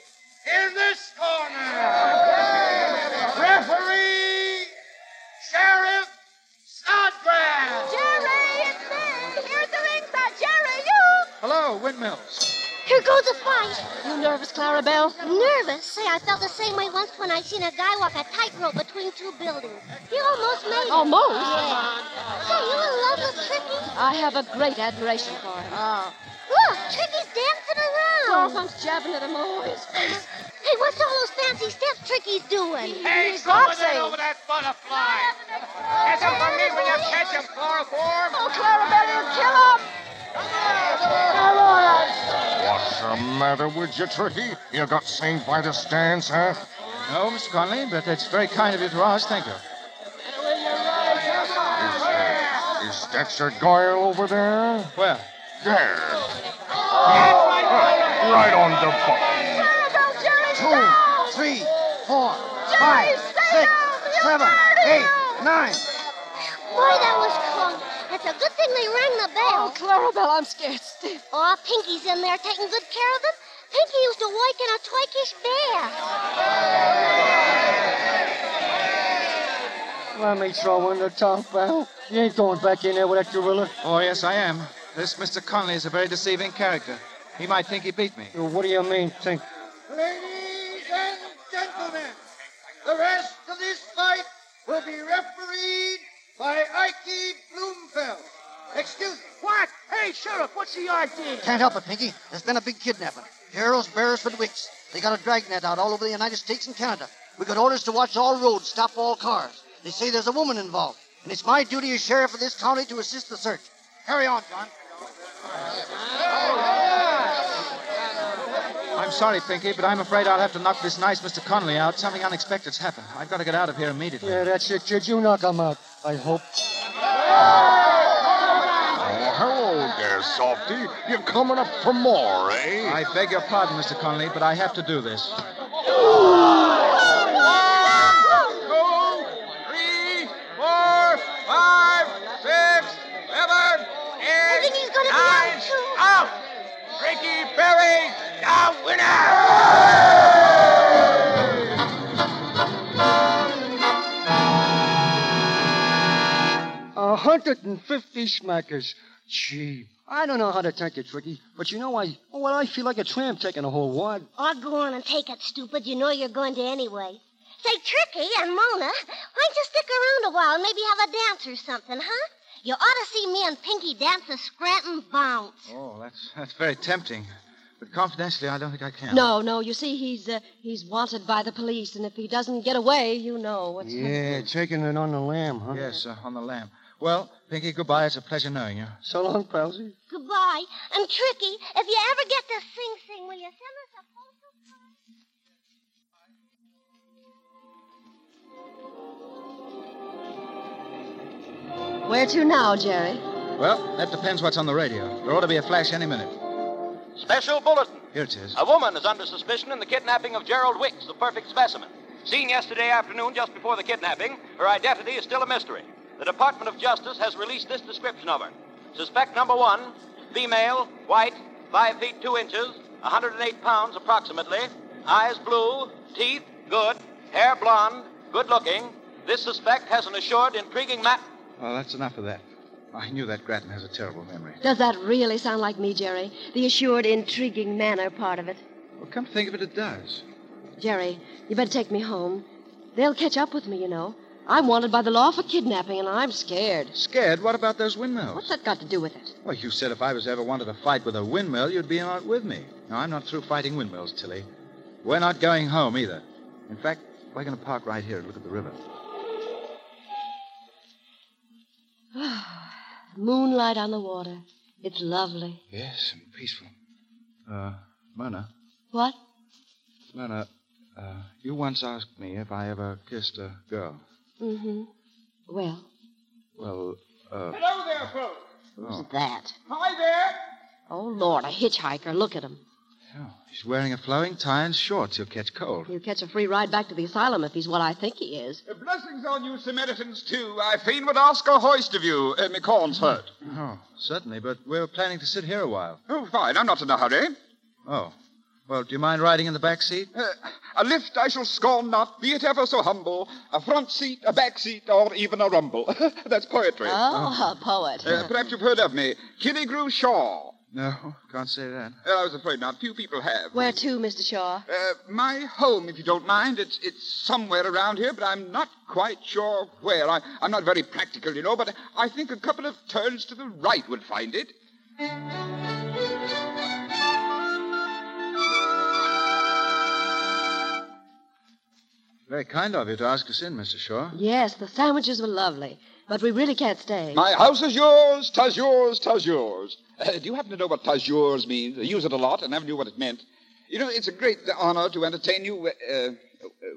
[SPEAKER 18] in this corner. Referee, Sheriff Snodgrass. Jerry, it's me. Here's the ringside. Jerry, you.
[SPEAKER 7] Hello, windmills.
[SPEAKER 17] Here goes the fight.
[SPEAKER 9] You nervous, Clarabelle?
[SPEAKER 17] Nervous? Say, I felt the same way once when I seen a guy walk a tightrope between two buildings. He almost made it.
[SPEAKER 9] Almost?
[SPEAKER 17] Yeah. Say, you in love with Tricky?
[SPEAKER 9] I have a great admiration for him. Oh.
[SPEAKER 17] Look, Tricky's dancing around.
[SPEAKER 9] Garfunk's jabbing at him over his face.
[SPEAKER 17] Hey, what's all those fancy steps Tricky's doing?
[SPEAKER 18] Hey, go with that over that butterfly. Catch him for me when you catch him, chloroform. Oh, Clarabelle, you kill him. Come on.
[SPEAKER 5] What's the matter with you, Tricky? You got saved by the stands, huh?
[SPEAKER 7] No, Mr. Conley, but it's very kind of you to ask. Thank you.
[SPEAKER 5] Is that your girl over there?
[SPEAKER 7] Where?
[SPEAKER 5] There. Right on the butt.
[SPEAKER 14] Two, three, four, five, six, seven, eight, nine.
[SPEAKER 17] Boy, that was close. It's a good thing they rang the bell. Oh, Clarabelle, I'm scared stiff. Aw, Pinky's in there taking good care of them. Pinky used to work in a twikish bear.
[SPEAKER 14] Let me throw in the tongue bell. You ain't going back in there with that gorilla.
[SPEAKER 7] Oh, yes, I am. This Mr. Conley is a very deceiving character. He might think he beat me.
[SPEAKER 14] What do you mean, think?
[SPEAKER 19] Ladies and gentlemen, the rest of this fight will be refereed by Ike Bloomfeld. Excuse me. What? Hey, Sheriff, what's the idea?
[SPEAKER 20] Can't help it, Pinky. There's been a big kidnapping. Gerald's Beresford Wicks. They got a dragnet out all over the United States and Canada. We got orders to watch all roads, stop all cars. They say there's a woman involved, and it's my duty as sheriff of this county to assist the search. Carry on, John.
[SPEAKER 7] I'm sorry, Pinky, but I'm afraid I'll have to knock this nice Mr. Conley out. Something unexpected's happened. I've got to get out of here immediately.
[SPEAKER 14] Yeah, Uh, that's it, kid. You knock him out. I hope.
[SPEAKER 21] Oh, hello there, Softy. You're coming up for more, eh?
[SPEAKER 7] I beg your pardon, Mr. Conley, but I have to do this.
[SPEAKER 18] Three, four, five, six, seven, eight, nine, out! Ricky Perry, the winner!
[SPEAKER 14] A hundred and fifty smackers. Gee, I don't know how to thank you, Tricky, but you know I oh, well, I feel like a tramp taking a whole wad.
[SPEAKER 17] I'll go on and take it, stupid. You know you're going to anyway. Say, Tricky and Mona, why don't you stick around a while and maybe have a dance or something, huh? You ought to see me and Pinky dance the Scranton Bounce.
[SPEAKER 7] Oh, that's, that's very tempting. But confidentially, I don't think I can.
[SPEAKER 9] No, no. You see, he's uh, he's wanted by the police, and if he doesn't get away, you know what's
[SPEAKER 22] Yeah, taking it on the lamb, huh?
[SPEAKER 7] Yes, uh, on the lamb. Well, Pinky, goodbye. It's a pleasure knowing you.
[SPEAKER 14] So long, Palsy.
[SPEAKER 17] Goodbye. And Tricky, if you ever get to Sing Sing, will you send us a postal?
[SPEAKER 9] Where to now, Jerry?
[SPEAKER 7] Well, that depends what's on the radio. There ought to be a flash any minute.
[SPEAKER 16] Special bulletin.
[SPEAKER 7] Here it is.
[SPEAKER 16] A woman is under suspicion in the kidnapping of Gerald Wicks, the perfect specimen. Seen yesterday afternoon just before the kidnapping, her identity is still a mystery. The Department of Justice has released this description of her. Suspect number one, female, white, 5 feet 2 inches, 108 pounds approximately, eyes blue, teeth good, hair blonde, good looking. This suspect has an assured, intriguing map.
[SPEAKER 7] Well, Oh, that's enough of that. I knew that Grattan has a terrible memory.
[SPEAKER 9] Does that really sound like me, Jerry? The assured, intriguing manner part of it.
[SPEAKER 7] Well, come to think of it, it does.
[SPEAKER 9] Jerry, you better take me home. They'll catch up with me, you know. I'm wanted by the law for kidnapping, and I'm scared.
[SPEAKER 7] Scared? What about those windmills?
[SPEAKER 9] What's that got to do with it?
[SPEAKER 7] Well, you said if I was ever wanted to fight with a windmill, you'd be out with me. Now, I'm not through fighting windmills, Tilly. We're not going home either. In fact, we're going to park right here and look at the river.
[SPEAKER 9] Moonlight on the water. It's lovely.
[SPEAKER 7] Yes, and peaceful. Uh, Myrna,
[SPEAKER 9] What?
[SPEAKER 7] Myrna, uh, you once asked me if I ever kissed a girl.
[SPEAKER 9] Mm-hmm. Well,
[SPEAKER 7] Well, uh.
[SPEAKER 19] Hello there, folks.
[SPEAKER 7] oh,
[SPEAKER 9] that.
[SPEAKER 19] Hi there.
[SPEAKER 9] Oh, Lord, a hitchhiker. Look at him.
[SPEAKER 7] She's wearing a flowing tie and shorts. He'll catch cold.
[SPEAKER 9] He'll catch a free ride back to the asylum if he's what I think he is.
[SPEAKER 23] Uh, Blessings on you, Samaritans, too. I fain would ask a hoist of you. Uh, my corn's hurt.
[SPEAKER 7] Oh, certainly, but we we're planning to sit here a while.
[SPEAKER 23] Oh, fine. I'm not in a hurry.
[SPEAKER 7] Oh. Well, do you mind riding in the back seat?
[SPEAKER 23] Uh, a lift I shall scorn not, be it ever so humble. A front seat, a back seat, or even a rumble. That's poetry.
[SPEAKER 9] Oh, a poet.
[SPEAKER 23] Uh, perhaps you've heard of me. Killigrew Shaw.
[SPEAKER 7] No, can't say that.
[SPEAKER 23] Uh, I was afraid not. Few people have.
[SPEAKER 9] Where to, Mr. Shaw?
[SPEAKER 23] Uh, my home, if you don't mind. It's it's somewhere around here, but I'm not quite sure where. I, I'm not very practical, you know, but I think a couple of turns to the right would find it.
[SPEAKER 7] Very kind of you to ask us in, Mr. Shaw.
[SPEAKER 9] Yes, the sandwiches were lovely, but we really can't stay.
[SPEAKER 23] My house is yours, tas yours, tas yours. Uh, do you happen to know what tas yours means? I use it a lot, and never knew what it meant. You know, it's a great honor to entertain you. Uh, uh,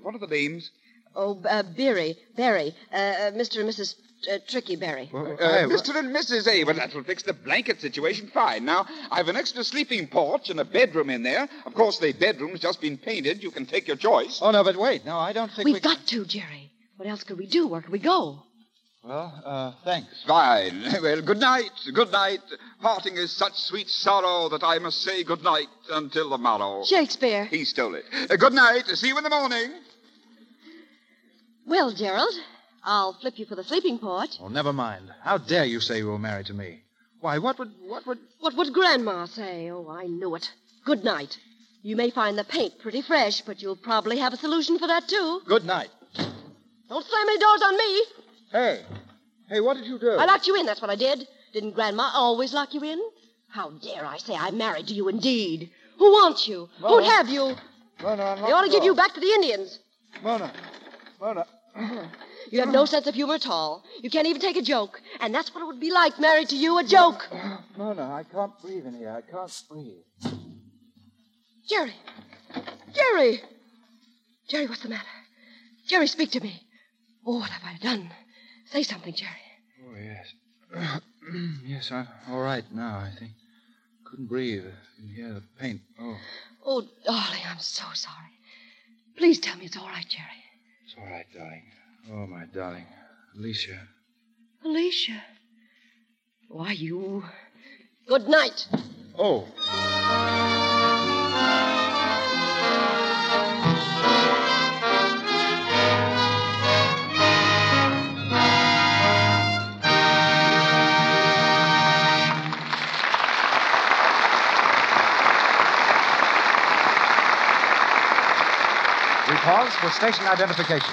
[SPEAKER 23] what are the names?
[SPEAKER 9] Oh, uh, Berry, Berry, uh, uh, Mr. and Mrs. Uh, Tricky Berry.
[SPEAKER 23] Uh, Mr. and Mrs. A. Well, that will fix the blanket situation fine. Now, I've an extra sleeping porch and a bedroom in there. Of course, the bedroom's just been painted. You can take your choice.
[SPEAKER 7] Oh, no, but wait. No, I don't think
[SPEAKER 9] We've got to, Jerry. What else could we do? Where could we go?
[SPEAKER 7] Well, uh, thanks.
[SPEAKER 23] Fine. Well, good night. Good night. Parting is such sweet sorrow that I must say good night until the morrow.
[SPEAKER 9] Shakespeare.
[SPEAKER 23] He stole it. Uh, good night. See you in the morning.
[SPEAKER 9] Well, Gerald, I'll flip you for the sleeping port.
[SPEAKER 7] Well, Oh, never mind. How dare you say you were married to me? Why, what would. What would.
[SPEAKER 9] What would Grandma say? Oh, I knew it. Good night. You may find the paint pretty fresh, but you'll probably have a solution for that, too.
[SPEAKER 7] Good night.
[SPEAKER 9] Don't slam any doors on me.
[SPEAKER 7] Hey. Hey, what did you do?
[SPEAKER 9] I locked you in, that's what I did. Didn't Grandma always lock you in? How dare I say I'm married to you indeed? Who wants you? Who'd have you?
[SPEAKER 7] Mona, unlock
[SPEAKER 9] They ought to
[SPEAKER 7] the
[SPEAKER 9] give you
[SPEAKER 7] door.
[SPEAKER 9] back to the Indians.
[SPEAKER 7] Mona. Mona.
[SPEAKER 9] You have no sense of humor at all. You can't even take a joke. And that's what it would be like married to you, a joke.
[SPEAKER 7] Mona, I can't breathe in here. I can't breathe. Oh,
[SPEAKER 9] Jerry. Jerry. Jerry, what's the matter? Jerry, speak to me. Oh, what have I done? Say something, Jerry.
[SPEAKER 7] Oh, yes. yes, I'm all right now, I think. Couldn't breathe. I can hear the paint. Oh,
[SPEAKER 9] Oh, darling, I'm so sorry. Please tell me it's all right, Jerry.
[SPEAKER 7] it's all right, darling. Oh, my darling. Alicia.
[SPEAKER 9] Alicia. Why, you. Good night.
[SPEAKER 7] Oh.
[SPEAKER 3] We pause for station identification.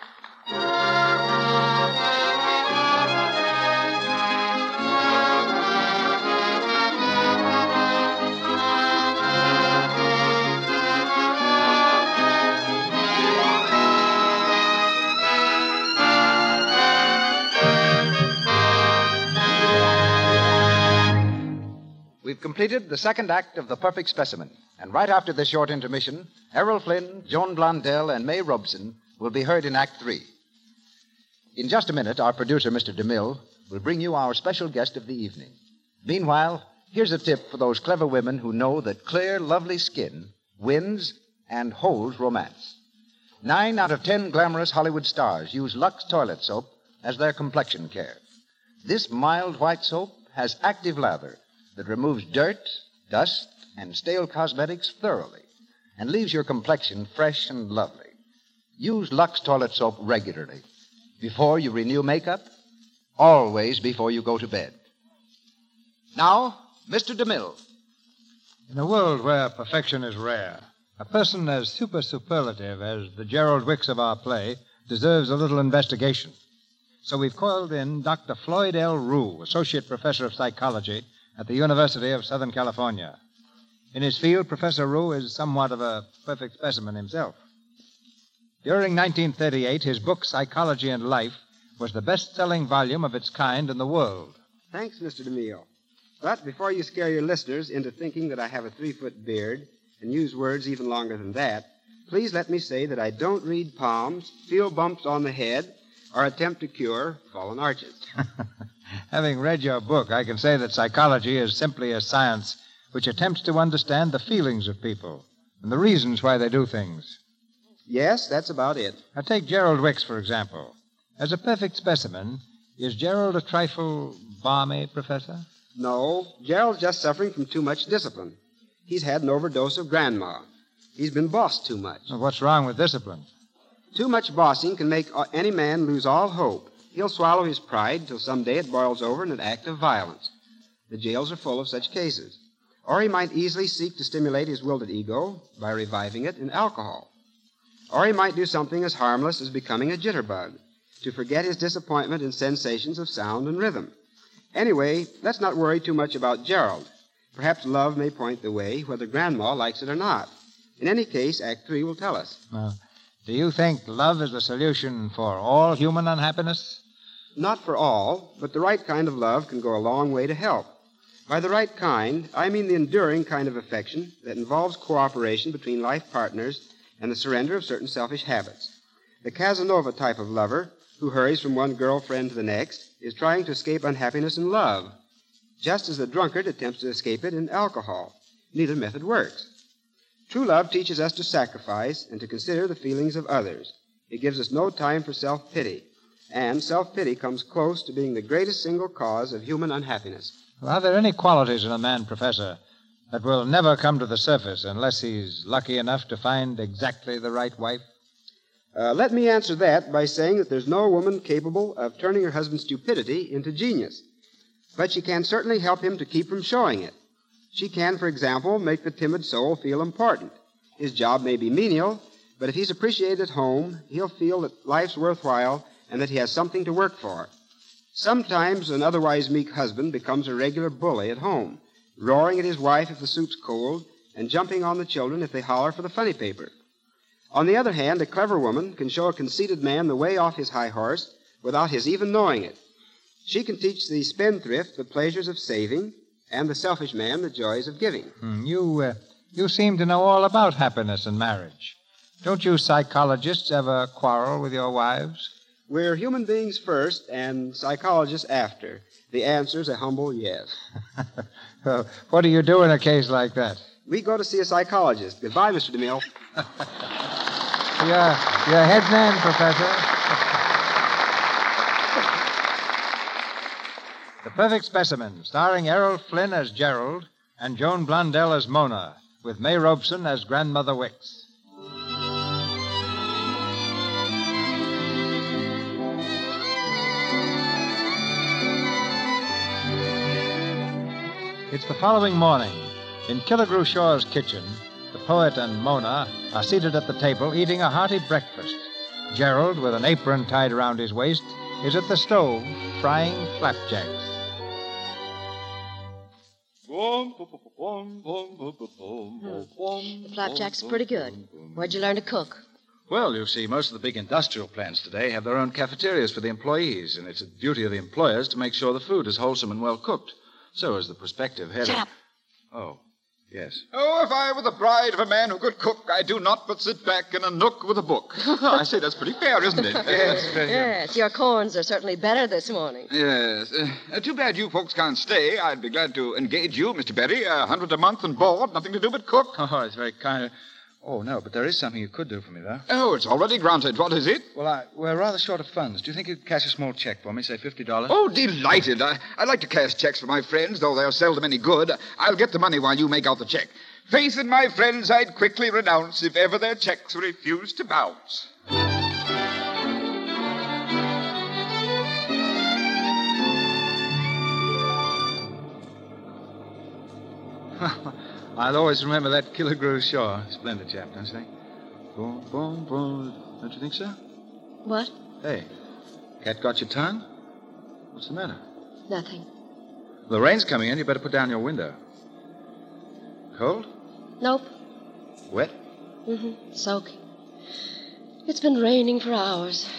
[SPEAKER 3] We've completed the second act of The Perfect Specimen, and right after this short intermission, Errol Flynn, Joan Blondell, and May Robeson will be heard in Act Three. In just a minute, our producer, Mr. DeMille, will bring you our special guest of the evening. Meanwhile, here's a tip for those clever women who know that clear, lovely skin wins and holds romance. Nine out of ten glamorous Hollywood stars use Lux toilet soap as their complexion care. This mild white soap has active lather that removes dirt, dust, and stale cosmetics thoroughly and leaves your complexion fresh and lovely. Use Lux toilet soap regularly before you renew makeup, always before you go to bed. Now, Mr. DeMille. In a world where perfection is rare, a person as super superlative as the Gerald Wicks of our play deserves a little investigation. So we've coiled in Dr. Floyd L. Rue, Associate Professor of Psychology at the University of Southern California. In his field, Professor Rue is somewhat of a perfect specimen himself. During 1938, his book, Psychology and Life, was the best selling volume of its kind in the world.
[SPEAKER 24] Thanks, Mr. DeMille. But before you scare your listeners into thinking that I have a three foot beard and use words even longer than that, please let me say that I don't read palms, feel bumps on the head, or attempt to cure fallen arches.
[SPEAKER 3] Having read your book, I can say that psychology is simply a science which attempts to understand the feelings of people and the reasons why they do things.
[SPEAKER 24] Yes, that's about it.
[SPEAKER 3] Now, take Gerald Wicks, for example. As a perfect specimen, is Gerald a trifle balmy, Professor?
[SPEAKER 24] No, Gerald's just suffering from too much discipline. He's had an overdose of grandma. He's been bossed too much.
[SPEAKER 3] What's wrong with discipline?
[SPEAKER 24] Too much bossing can make uh, any man lose all hope. He'll swallow his pride till someday it boils over in an act of violence. The jails are full of such cases. Or he might easily seek to stimulate his wilted ego by reviving it in alcohol. Or he might do something as harmless as becoming a jitterbug to forget his disappointment in sensations of sound and rhythm. Anyway, let's not worry too much about Gerald. Perhaps love may point the way, whether Grandma likes it or not. In any case, Act Three will tell us.
[SPEAKER 3] Now, do you think love is the solution for all human unhappiness?
[SPEAKER 24] Not for all, but the right kind of love can go a long way to help. By the right kind, I mean the enduring kind of affection that involves cooperation between life partners and the surrender of certain selfish habits. The Casanova type of lover, who hurries from one girlfriend to the next, is trying to escape unhappiness in love, just as the drunkard attempts to escape it in alcohol. Neither method works. True love teaches us to sacrifice and to consider the feelings of others. It gives us no time for self pity. And self pity comes close to being the greatest single cause of human unhappiness.
[SPEAKER 3] Well, are there any qualities in a man, Professor, that will never come to the surface unless he's lucky enough to find exactly the right wife?
[SPEAKER 24] Uh, let me answer that by saying that there's no woman capable of turning her husband's stupidity into genius. But she can certainly help him to keep from showing it. She can, for example, make the timid soul feel important. His job may be menial, but if he's appreciated at home, he'll feel that life's worthwhile and that he has something to work for. Sometimes an otherwise meek husband becomes a regular bully at home, roaring at his wife if the soup's cold and jumping on the children if they holler for the funny paper. On the other hand, a clever woman can show a conceited man the way off his high horse without his even knowing it. She can teach the spendthrift the pleasures of saving and the selfish man the joys of giving.
[SPEAKER 3] Hmm, you, uh, you seem to know all about happiness and marriage. Don't you psychologists ever quarrel with your wives?
[SPEAKER 24] We're human beings first and psychologists after. The answer's a humble yes.
[SPEAKER 3] Well, what do you do in a case like that?
[SPEAKER 24] We go to see a psychologist. Goodbye, Mr. DeMille.
[SPEAKER 3] You're, you're head man, Professor. The Perfect Specimen, starring Errol Flynn as Gerald and Joan Blondell as Mona, with May Robeson as Grandmother Wicks. It's the following morning. In Killigrew Shaw's kitchen, the poet and Mona are seated at the table eating a hearty breakfast. Gerald, with an apron tied around his waist, is at the stove frying flapjacks.
[SPEAKER 9] The flapjack's pretty good. Where'd you learn to cook?
[SPEAKER 7] Well, you see, most of the big industrial plants today have their own cafeterias for the employees, and it's the duty of the employers to make sure the food is wholesome and well cooked. So is the prospective head.
[SPEAKER 9] Chap.
[SPEAKER 7] Of... Oh, yes.
[SPEAKER 23] Oh, if I were the bride of a man who could cook, I do not but sit back in a nook with a book. I say that's pretty fair, isn't it?
[SPEAKER 9] Yes, your corns are certainly better this morning.
[SPEAKER 23] Yes. Uh, too bad you folks can't stay. I'd be glad to engage you, Mr. Berry. A hundred a month and board, nothing to do but cook.
[SPEAKER 7] Oh, it's very kind of. Oh, no, but there is something you could do for me, though.
[SPEAKER 23] Oh, it's already granted. What is it?
[SPEAKER 7] Well, I, we're rather short of funds. Do you think you could cash a small check for me, say $50?
[SPEAKER 23] Oh, delighted. I, I like to cash checks for my friends, though they're seldom any good. I'll get the money while you make out the check. Faith in my friends I'd quickly renounce if ever their checks refused to bounce.
[SPEAKER 7] I'll always remember that Killigrew Shaw. Splendid chap, don't you think? Boom, boom, boom. Don't you think so?
[SPEAKER 9] What?
[SPEAKER 7] Hey, cat got your tongue? What's the matter?
[SPEAKER 9] Nothing.
[SPEAKER 7] The rain's coming in. You better put down your window. Cold?
[SPEAKER 9] Nope.
[SPEAKER 7] Wet?
[SPEAKER 9] Mm-hmm. Soaking. It's been raining for hours.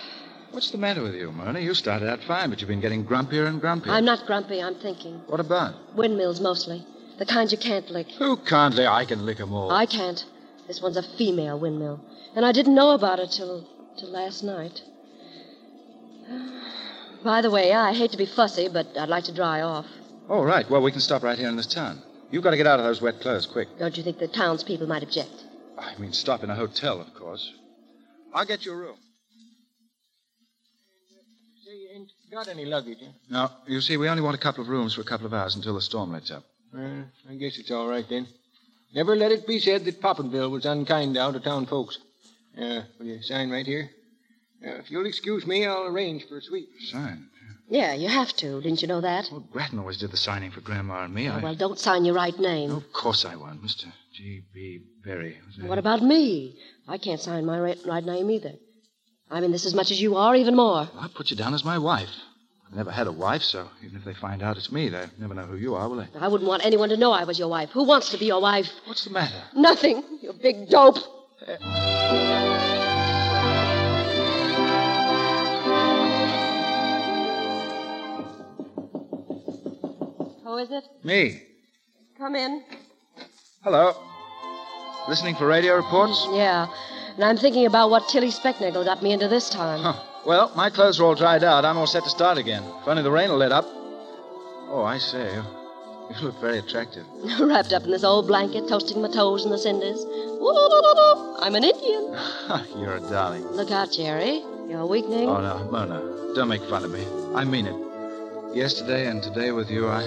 [SPEAKER 7] What's the matter with you, Mona? You started out fine, but you've been getting grumpier and grumpier.
[SPEAKER 9] I'm not grumpy, I'm thinking.
[SPEAKER 7] What about?
[SPEAKER 9] Windmills mostly. The kind you can't lick.
[SPEAKER 7] Who can't lay? I can lick 'em all.
[SPEAKER 9] I can't. This one's a female windmill. And I didn't know about it till, till last night. By the way, I hate to be fussy, but I'd like to dry off.
[SPEAKER 7] All right. Well, we can stop right here in this town. You've got to get out of those wet clothes quick.
[SPEAKER 9] Don't you think the townspeople might object?
[SPEAKER 7] I mean, stop in a hotel, of course. I'll get you a room.
[SPEAKER 8] You ain't got any luggage, eh? huh?
[SPEAKER 7] Now, you see, we only want a couple of rooms for a couple of hours until the storm lets up.
[SPEAKER 8] Well, I guess it's all right then. Never let it be said that Poppinville was unkind to out of town folks. Uh, will you sign right here? Uh, if you'll excuse me, I'll arrange for a suite.
[SPEAKER 7] Sign.
[SPEAKER 9] Yeah, you have to. Didn't you know that?
[SPEAKER 7] Grattan always did the signing for Grandma and me. Oh, I...
[SPEAKER 9] Oh,
[SPEAKER 7] Oh,
[SPEAKER 9] Well, don't sign your right name.
[SPEAKER 7] Of course I won, Mr. G.B. Berry. was it?
[SPEAKER 9] What about me? I can't sign my right, right name either. I'm in this as much as you are, even more.
[SPEAKER 7] I put you down as my wife. I never had a wife, so even if they find out it's me, they'll never know who you are, will they?
[SPEAKER 9] I wouldn't want anyone to know I was your wife. Who wants to be your wife?
[SPEAKER 7] What's the matter?
[SPEAKER 9] Nothing. You big dope. Who is it?
[SPEAKER 7] Me.
[SPEAKER 9] Come in.
[SPEAKER 7] Hello. Listening for radio reports?
[SPEAKER 9] Yeah. And I'm thinking about what Tilly Specknagel got me into this time.
[SPEAKER 7] Well, my clothes are all dried out. I'm all set to start again. If only the rain will let up. Oh, I say. You- You look very attractive.
[SPEAKER 9] Wrapped up in this old blanket, toasting my toes in the cinders. Woo-hoo-hoo-hoo-hoo. I'm an Indian.
[SPEAKER 7] You're a darling.
[SPEAKER 9] Look out, Jerry. You're weakening.
[SPEAKER 7] Oh, no, Mona, don't make fun of me. I mean it. Yesterday and today with you, I.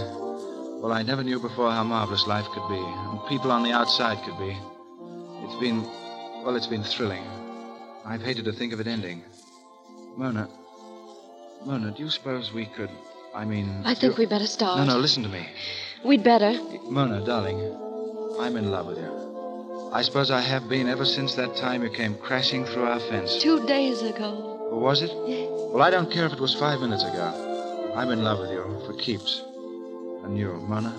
[SPEAKER 7] Well, I never knew before how marvelous life could be, and people on the outside could be. It's been. Well, it's been thrilling. I've hated to think of it ending. Mona. Mona, do you suppose we could. I mean.
[SPEAKER 9] I think
[SPEAKER 7] you-
[SPEAKER 9] we'd better start.
[SPEAKER 7] No, no, listen to me.
[SPEAKER 9] We'd better.
[SPEAKER 7] Mona, darling, I'm in love with you. I suppose I have been ever since that time you came crashing through our fence.
[SPEAKER 9] Two days ago.
[SPEAKER 7] Or was it? Well, I don't care if it was five minutes ago. I'm in love with you for keeps. And you, Mona,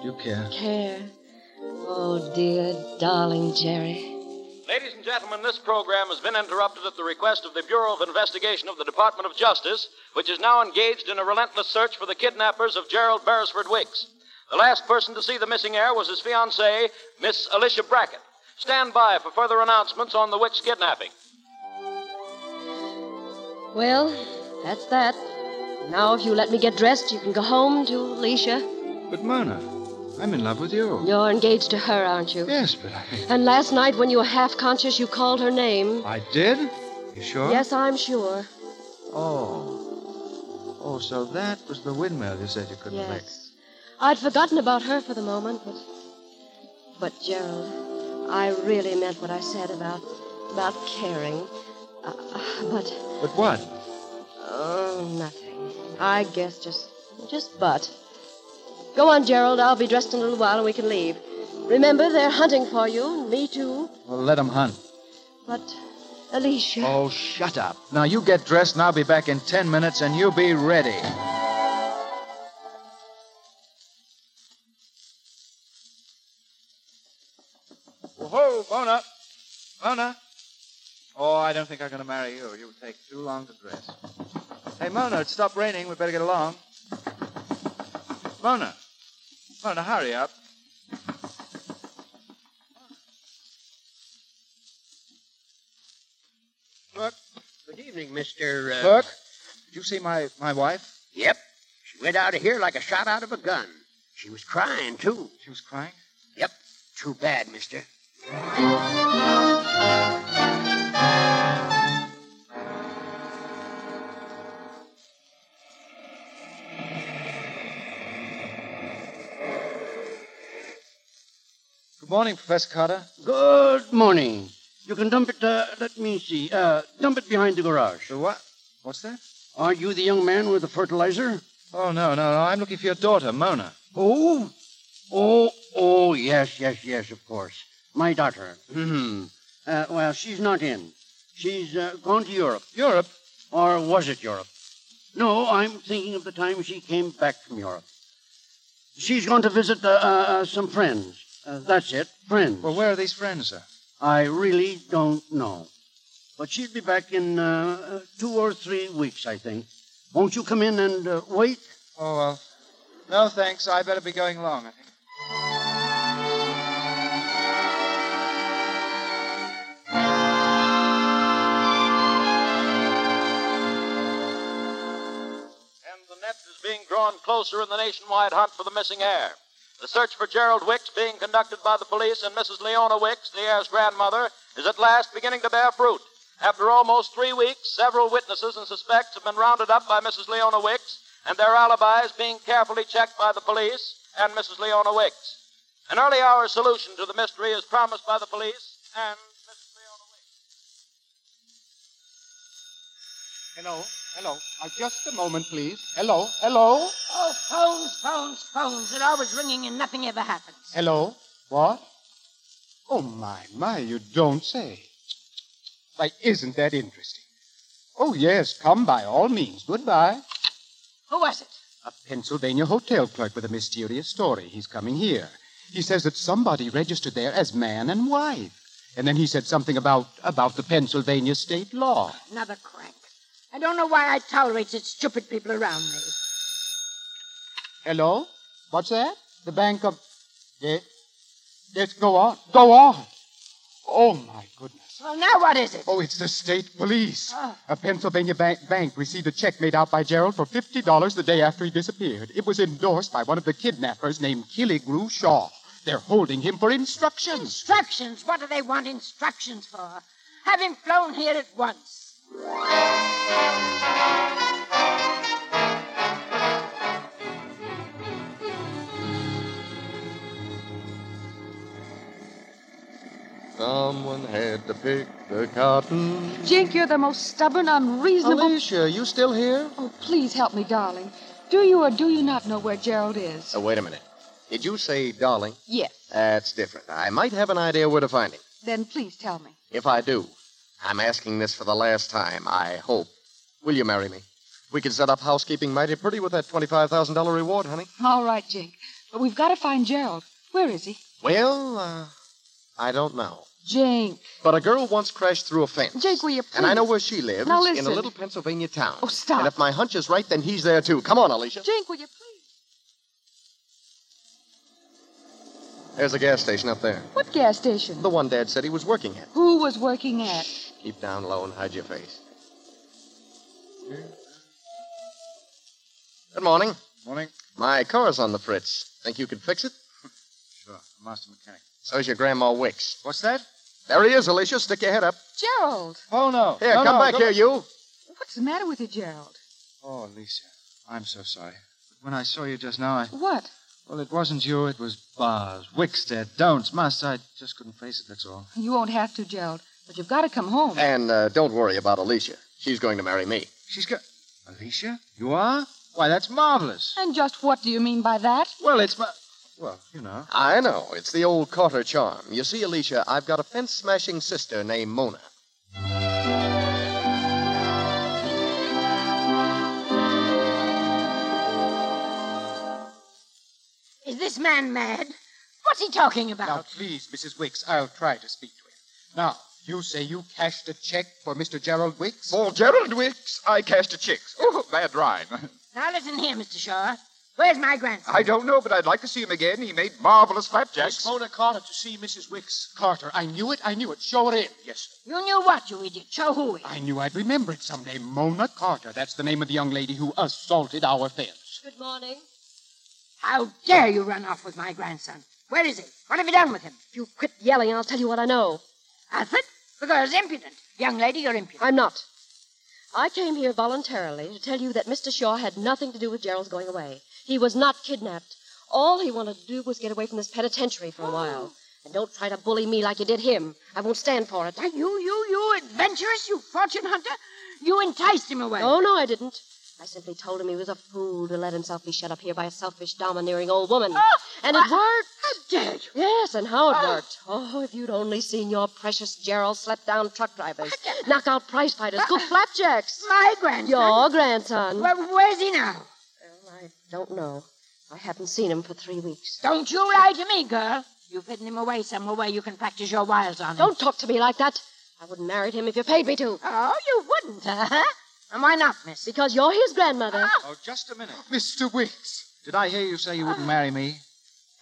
[SPEAKER 7] do you care?
[SPEAKER 9] Care. Oh, dear, darling Jerry.
[SPEAKER 16] Ladies and gentlemen, this program has been interrupted at the request of the Bureau of Investigation of the Department of Justice, which is now engaged in a relentless search for the kidnappers of Gerald Beresford Wicks. The last person to see the missing heir was his fiancée, Miss Alicia Brackett. Stand by for further announcements on the Wicks kidnapping.
[SPEAKER 9] Well, that's that. Now, if you let me get dressed, you can go home to Alicia.
[SPEAKER 7] But, Mona, I'm in love with you.
[SPEAKER 9] You're engaged to her, aren't you?
[SPEAKER 7] Yes, but I.
[SPEAKER 9] And last night, when you were half conscious, you called her name.
[SPEAKER 7] I did? You sure?
[SPEAKER 9] Yes, I'm sure.
[SPEAKER 7] Oh. Oh, so that was the windmill you said you couldn't
[SPEAKER 9] Yes.
[SPEAKER 7] make.
[SPEAKER 9] I'd forgotten about her for the moment, but. But, Gerald, I really meant what I said about. about caring. Uh, uh, but.
[SPEAKER 7] But what?
[SPEAKER 9] Oh, nothing. I guess just. just but. Go on, Gerald. I'll be dressed in a little while and we can leave. Remember, they're hunting for you. Me too.
[SPEAKER 7] Well, let 'em hunt.
[SPEAKER 9] But, Alicia.
[SPEAKER 7] Oh, shut up. Now, you get dressed, and I'll be back in ten minutes, and you be ready. Whoa, Mona. Mona. Oh, I don't think I'm going to marry you. You take too long to dress. Hey, Mona, it stopped raining. We better get along. Mona. Mona, hurry up.
[SPEAKER 13] Look. Good evening, Mr. Uh...
[SPEAKER 7] Look. Did you see my, my wife?
[SPEAKER 13] Yep. She went out of here like a shot out of a gun. She was crying, too.
[SPEAKER 7] She was crying?
[SPEAKER 13] Yep. Too bad, mister.
[SPEAKER 7] Good morning, Professor Carter.
[SPEAKER 13] Good morning. You can dump it, uh, let me see. Uh, dump it behind the garage.
[SPEAKER 7] what? What's that?
[SPEAKER 13] Aren't you the young man with the fertilizer?
[SPEAKER 7] Oh, no, no, no. I'm looking for your daughter, Mona.
[SPEAKER 13] Oh? Oh, oh, yes, yes, yes, of course. My daughter. Hmm. Uh, well, she's not in. She's uh, gone to Europe.
[SPEAKER 7] Europe?
[SPEAKER 13] Or was it Europe? No, I'm thinking of the time she came back from Europe. She's gone to visit uh, uh, uh, some friends. Uh, that's it, friends.
[SPEAKER 7] Well, where are these friends, sir?
[SPEAKER 13] I really don't know. But she'll be back in uh, uh, two or three weeks, I think. Won't you come in and uh, wait?
[SPEAKER 7] Oh, well. No, thanks. I better be going along.
[SPEAKER 16] The net is being drawn closer in the nationwide hunt for the missing heir. The search for Gerald Wicks being conducted by the police and Mrs. Leona Wicks, the heir's grandmother, is at last beginning to bear fruit. After almost three weeks, several witnesses and suspects have been rounded up by Mrs. Leona Wicks, and their alibis being carefully checked by the police and Mrs. Leona Wicks. An early hour solution to the mystery is promised by the police and
[SPEAKER 5] Hello, hello. Uh, just a moment, please. Hello, hello,
[SPEAKER 4] Oh, phones, phones, phones. They're always ringing and nothing ever happens.
[SPEAKER 5] hello. What? Oh, my, my, you don't say. Why, isn't that interesting? Oh, yes, come by all means. Goodbye.
[SPEAKER 4] Who was it?
[SPEAKER 5] A Pennsylvania hotel clerk with a mysterious story. He's coming here. He says that somebody registered there as man and wife. And then he said something about about the Pennsylvania state law.
[SPEAKER 4] Another crank. I don't know why I tolerate such stupid people around me.
[SPEAKER 5] Hello? What's that? The bank of. Yes, yes go on. Go on. Oh, my goodness.
[SPEAKER 4] Well, now what is it? Ah.
[SPEAKER 5] Oh, it's the state police. A Pennsylvania bank, bank received a check made out by Gerald for $50 the day after he disappeared. It was endorsed by one of the kidnappers named Killigrew Shaw. They're holding him for instructions.
[SPEAKER 4] Instructions? What do they want instructions for? Have him flown here at once.
[SPEAKER 25] Someone had to pick the cotton.
[SPEAKER 6] Jink, you're the most stubborn, unreasonable.
[SPEAKER 26] Alicia, you still here?
[SPEAKER 6] Oh, please help me, darling. Do you or do you not know where Gerald is?
[SPEAKER 8] Oh, wait a minute. Did you say darling?
[SPEAKER 6] Yes.
[SPEAKER 8] That's different. I might have an idea where to find him.
[SPEAKER 6] Then please tell me.
[SPEAKER 8] If I do, I'm asking this for the last time, I hope. Will you marry me? We could set up housekeeping mighty pretty with that $25,000 reward, honey.
[SPEAKER 6] All right, Jink. But we've got to find Gerald. Where is he?
[SPEAKER 8] Well, uh, I don't know.
[SPEAKER 6] Jink.
[SPEAKER 8] But a girl once crashed through a fence.
[SPEAKER 6] Jink, will you please?
[SPEAKER 8] And I know where she lives.
[SPEAKER 6] Now
[SPEAKER 8] In
[SPEAKER 6] listen.
[SPEAKER 8] a little Pennsylvania town.
[SPEAKER 6] Oh, stop.
[SPEAKER 8] And if my hunch is right, then he's there too. Come on, Alicia.
[SPEAKER 6] Jink, will you please?
[SPEAKER 8] There's a gas station up there.
[SPEAKER 6] What gas station?
[SPEAKER 8] The one Dad said he was working at.
[SPEAKER 6] Who was working at?
[SPEAKER 8] Keep down low and hide your face. Good morning.
[SPEAKER 7] Morning.
[SPEAKER 8] My car's on the fritz. Think you could fix it?
[SPEAKER 7] Sure. Master mechanic.
[SPEAKER 8] So's your Grandma Wicks.
[SPEAKER 7] What's that?
[SPEAKER 8] There he is, Alicia. Stick your head up.
[SPEAKER 6] Gerald.
[SPEAKER 7] Oh, no.
[SPEAKER 8] Here, come back here, you.
[SPEAKER 6] What's the matter with you, Gerald?
[SPEAKER 7] Oh, Alicia, I'm so sorry. But when I saw you just now, I.
[SPEAKER 6] What?
[SPEAKER 7] Well, it wasn't you, it was Bars, Wickstead, Downs, Master. I just couldn't face it, that's all.
[SPEAKER 6] You won't have to, Gerald, but you've got to come home.
[SPEAKER 8] And uh, don't worry about Alicia. She's going to marry me.
[SPEAKER 7] She's got. Alicia? You are? Why, that's marvelous.
[SPEAKER 6] And just what do you mean by that?
[SPEAKER 7] Well, it's my. Well, you know.
[SPEAKER 8] I know. It's the old Carter charm. You see, Alicia, I've got a fence smashing sister named Mona.
[SPEAKER 4] Is this man mad? What's he talking about?
[SPEAKER 5] Now, please, Mrs. Wicks, I'll try to speak to him. Now, you say you cashed a check for Mr. Gerald Wicks?
[SPEAKER 23] For Gerald Wicks, I cast a chick. Oh, bad rhyme.
[SPEAKER 4] Now listen here, Mr. Shaw. Where's my grandson?
[SPEAKER 23] I don't know, but I'd like to see him again. He made marvelous
[SPEAKER 7] Oh,
[SPEAKER 23] flapjacks.
[SPEAKER 5] Mona Carter to see Mrs. Wicks. Carter, I knew it, I knew it. Show her in. Yes, sir.
[SPEAKER 4] You knew what, you idiot? Show who he
[SPEAKER 5] I knew I'd remember it someday. Mona Carter. That's the name of the young lady who assaulted our fence.
[SPEAKER 4] Good morning. How dare you run off with my grandson? Where is he? What have you done with him?
[SPEAKER 9] You quit yelling, I'll tell you what I know.
[SPEAKER 4] Alfred? Because impudent. Young lady, you're impudent.
[SPEAKER 9] I'm not. I came here voluntarily to tell you that Mr. Shaw had nothing to do with Gerald's going away. He was not kidnapped. All he wanted to do was get away from this penitentiary
[SPEAKER 4] Oh.
[SPEAKER 9] for a while. And don't try to bully me like you did him. I won't stand for it.
[SPEAKER 4] Why, you, you, you adventurous, you fortune hunter. You enticed him away.
[SPEAKER 9] Oh, no, I didn't. I simply told him he was a fool to let himself be shut up here by a selfish, domineering old woman. and it worked. How
[SPEAKER 4] Ah! dare you?
[SPEAKER 9] Yes, and how it
[SPEAKER 4] Oh.
[SPEAKER 9] worked. Oh, if you'd only seen your precious Gerald slap down truck drivers, knock out prize fighters, good flapjacks.
[SPEAKER 4] My Ah, grandson.
[SPEAKER 9] Your grandson.
[SPEAKER 4] Well, where's he now?
[SPEAKER 9] I don't know. I haven't seen him for three weeks.
[SPEAKER 4] Don't you lie to me, girl. You've hidden him away somewhere where you can practice your wiles on him.
[SPEAKER 9] Don't talk to me like that. I wouldn't marry him if you paid me to.
[SPEAKER 4] Oh, you wouldn't, huh? And why not, miss? Ah!
[SPEAKER 9] Because you're his grandmother.
[SPEAKER 7] Oh, just a minute.
[SPEAKER 5] Mr. Wicks.
[SPEAKER 7] Did I hear you say you wouldn't marry me?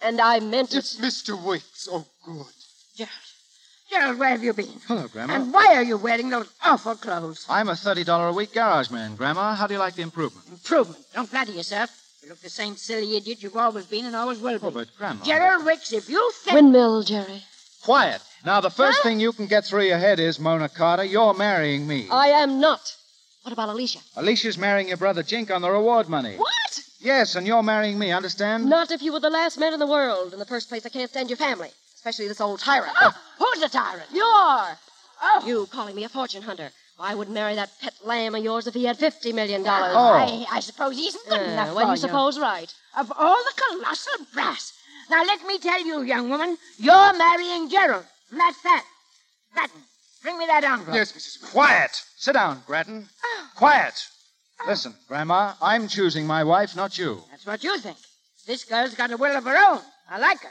[SPEAKER 9] And I meant
[SPEAKER 5] it. Mr. Wicks. Oh, good.
[SPEAKER 4] Gerald, where have you been?
[SPEAKER 7] Hello, Grandma.
[SPEAKER 4] And why are you wearing those awful clothes?
[SPEAKER 7] I'm a $30 a week garage man, Grandma. How do you like the improvement?
[SPEAKER 4] Improvement. Don't flatter yourself. You look the same silly idiot you've always been and always will be.
[SPEAKER 7] Oh, but Grandma.
[SPEAKER 4] Gerald Wicks, if you think.
[SPEAKER 9] Windmill, Jerry.
[SPEAKER 7] Quiet. Now, the first thing you can get through your head is, Mona Carter, you're marrying me.
[SPEAKER 9] I am not. What about Alicia?
[SPEAKER 7] Alicia's marrying your brother Jink on the reward money.
[SPEAKER 9] What?
[SPEAKER 7] Yes, and you're marrying me, understand?
[SPEAKER 9] Not if you were the last man in the world. In the first place, I can't stand your family, especially this old tyrant.
[SPEAKER 7] Oh,
[SPEAKER 4] who's the tyrant?
[SPEAKER 9] You are. Oh. You calling me a fortune hunter. I would marry that pet lamb of yours if he had $50 million.
[SPEAKER 7] Oh.
[SPEAKER 4] I, I suppose he isn't good
[SPEAKER 9] Uh,
[SPEAKER 4] enough.
[SPEAKER 9] well,
[SPEAKER 4] for
[SPEAKER 9] you suppose right.
[SPEAKER 4] Of all the colossal brass. Now, let me tell you, young woman, you're marrying Gerald. And that's that. Grattan, bring me that envelope.
[SPEAKER 7] Yes, Mrs. Quiet. Sit down, Grattan. Quiet. Listen, Grandma, I'm choosing my wife, not you.
[SPEAKER 4] That's what you think. This girl's got a will of her own. I like her.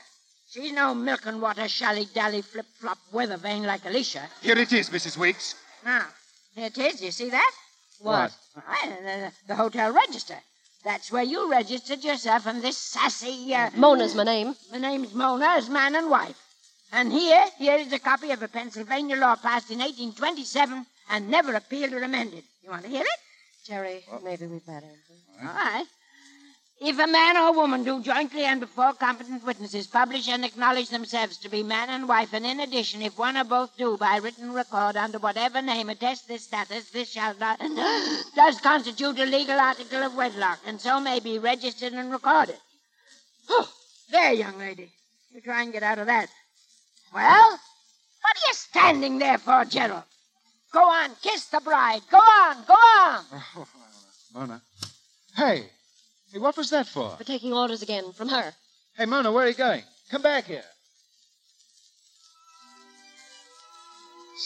[SPEAKER 4] She's no milk and water, shally dally, flip flop, weather vane like Alicia.
[SPEAKER 5] Here it is, Mrs. Wicks.
[SPEAKER 4] Now, here it is. You see that?
[SPEAKER 5] What?
[SPEAKER 4] Why, the, the- the hotel register. That's where you registered yourself and this sassy. Uh,
[SPEAKER 9] Mona's my name.
[SPEAKER 4] My name's Mona, as man and wife. And here, here is a copy of a Pennsylvania law passed in 1827 and never appealed or amended. You want to hear it?
[SPEAKER 9] Jerry, maybe we better.
[SPEAKER 4] All
[SPEAKER 9] Ah,
[SPEAKER 4] right. If a man or woman do jointly and before competent witnesses publish and acknowledge themselves to be man and wife, and in addition, if one or both do by written record under whatever name attest this status, this shall not does constitute a legal article of wedlock, and so may be registered and recorded. Whew. There, young lady. You try and get out of that. Well, what are you standing there for, Gerald? Go on, kiss the bride. Go on, go on.
[SPEAKER 8] Mona. Hey. Hey, what was that for?
[SPEAKER 9] We're taking orders again from her.
[SPEAKER 8] Hey, Mona, where are you going? Come back here.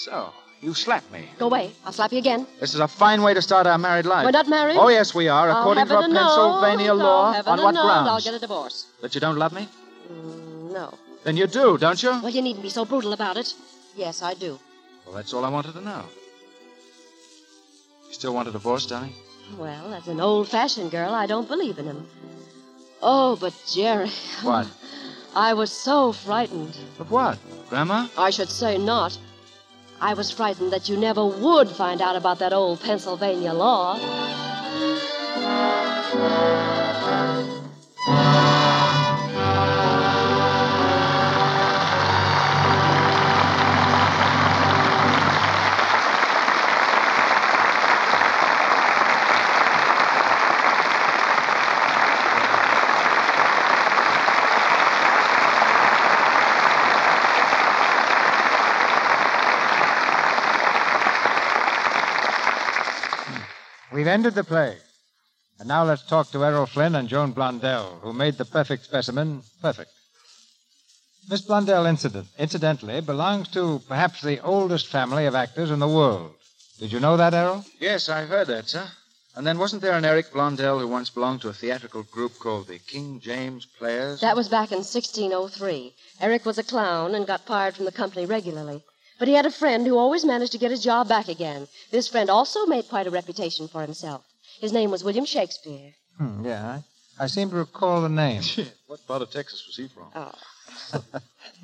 [SPEAKER 7] So, you slapped me.
[SPEAKER 9] Go away. I'll slap you again.
[SPEAKER 7] This is a fine way to start our married life.
[SPEAKER 9] We're not married.
[SPEAKER 7] Oh, yes, we are,
[SPEAKER 9] I'll
[SPEAKER 7] according to
[SPEAKER 9] heaven
[SPEAKER 7] a
[SPEAKER 9] and knows.
[SPEAKER 7] Pennsylvania
[SPEAKER 9] I'll
[SPEAKER 7] law.
[SPEAKER 9] heaven
[SPEAKER 7] On
[SPEAKER 9] and
[SPEAKER 7] what
[SPEAKER 9] knows I'll
[SPEAKER 7] grounds?
[SPEAKER 9] get a divorce.
[SPEAKER 7] That you don't love me?
[SPEAKER 9] No.
[SPEAKER 7] Then you do, don't you?
[SPEAKER 9] Well, you needn't be so brutal about it. Yes, I do.
[SPEAKER 7] Well, that's all I wanted to know. You still want a divorce, darling?
[SPEAKER 9] Well, as an old-fashioned girl, I don't believe in him. Oh, but Jerry,
[SPEAKER 7] What?
[SPEAKER 9] I was so frightened.
[SPEAKER 7] Of what? Grandma?
[SPEAKER 9] I should say not. I was frightened that you never would find out about that old Pennsylvania law.
[SPEAKER 3] We've ended the play. And now let's talk to Errol Flynn and Joan Blondell, who made the perfect specimen perfect. Miss Blondell, incident, incidentally, belongs to perhaps the oldest family of actors in the world. Did you know that, Errol?
[SPEAKER 7] Yes, I heard that, sir. And then wasn't there an Eric Blondell who once belonged to a theatrical group called the King James Players?
[SPEAKER 9] That was back in 1603. Eric was a clown and got fired from the company regularly. But he had a friend who always managed to get his job back again. This friend also made quite a reputation for himself. His name was William Shakespeare.
[SPEAKER 3] Hmm, yeah, I, I seem to recall the name.
[SPEAKER 7] What part of Texas was he from?
[SPEAKER 9] Oh.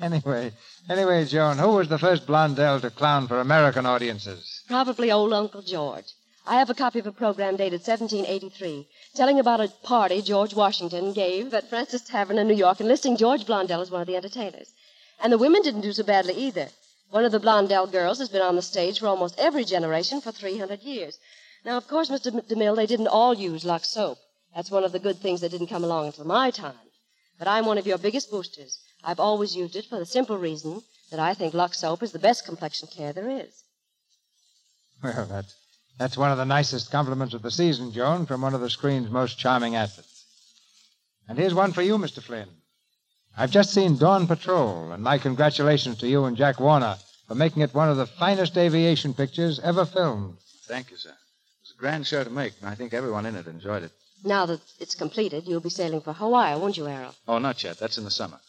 [SPEAKER 3] anyway, anyway, Joan, who was the first Blondell to clown for American audiences?
[SPEAKER 9] Probably old Uncle George. I have a copy of a program dated 1783 telling about a party George Washington gave at Francis Tavern in New York and listing George Blondell as one of the entertainers. And the women didn't do so badly either. One of the Blondell girls has been on the stage for almost every generation for 300 years. Now, of course, Mr. DeMille, they didn't all use Lux soap. That's one of the good things that didn't come along until my time. But I'm one of your biggest boosters. I've always used it for the simple reason that I think Lux soap is the best complexion care there is.
[SPEAKER 3] Well, that's, that's one of the nicest compliments of the season, Joan, from one of the screen's most charming athletes. And here's one for you, Mr. Flynn. I've just seen Dawn Patrol, and my congratulations to you and Jack Warner for making it one of the finest aviation pictures ever filmed.
[SPEAKER 7] Thank you, sir. It was a grand show to make, and I think everyone in it enjoyed it.
[SPEAKER 9] Now that it's completed, you'll be sailing for Hawaii, won't you, Errol?
[SPEAKER 7] Oh, not yet. That's in the summer.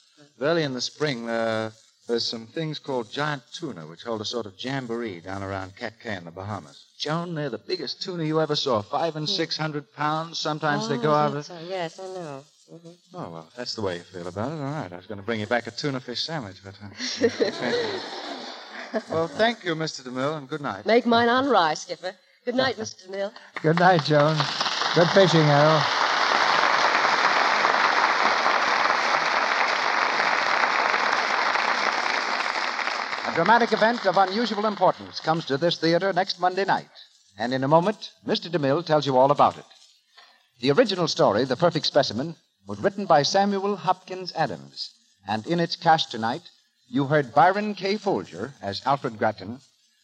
[SPEAKER 7] Early in the spring, uh, there's some things called giant tuna, which hold a sort of jamboree down around Catcay in the Bahamas. Joan, they're the biggest tuna you ever saw. Five and six hundred pounds. Sometimes they
[SPEAKER 9] Oh,
[SPEAKER 7] go out.
[SPEAKER 9] that's- oh, yes, I know. Mm-hmm.
[SPEAKER 7] Oh, well, if that's the way you feel about it. All right. I was going to bring you back a tuna fish sandwich, but. Uh,
[SPEAKER 9] Mhm.
[SPEAKER 7] well, thank you, Mr. DeMille, and good night.
[SPEAKER 9] Make mine on rye, Skipper. Good night, Mr. DeMille.
[SPEAKER 3] Good night, Joan. Good fishing, Errol.
[SPEAKER 2] A dramatic event of unusual importance comes to this theater next Monday night, and in a moment, Mr. DeMille tells you all about it. The original story, The Perfect Specimen, was written by Samuel Hopkins Adams, and in its cast tonight, you heard Byron K. Folger as Alfred Grattan,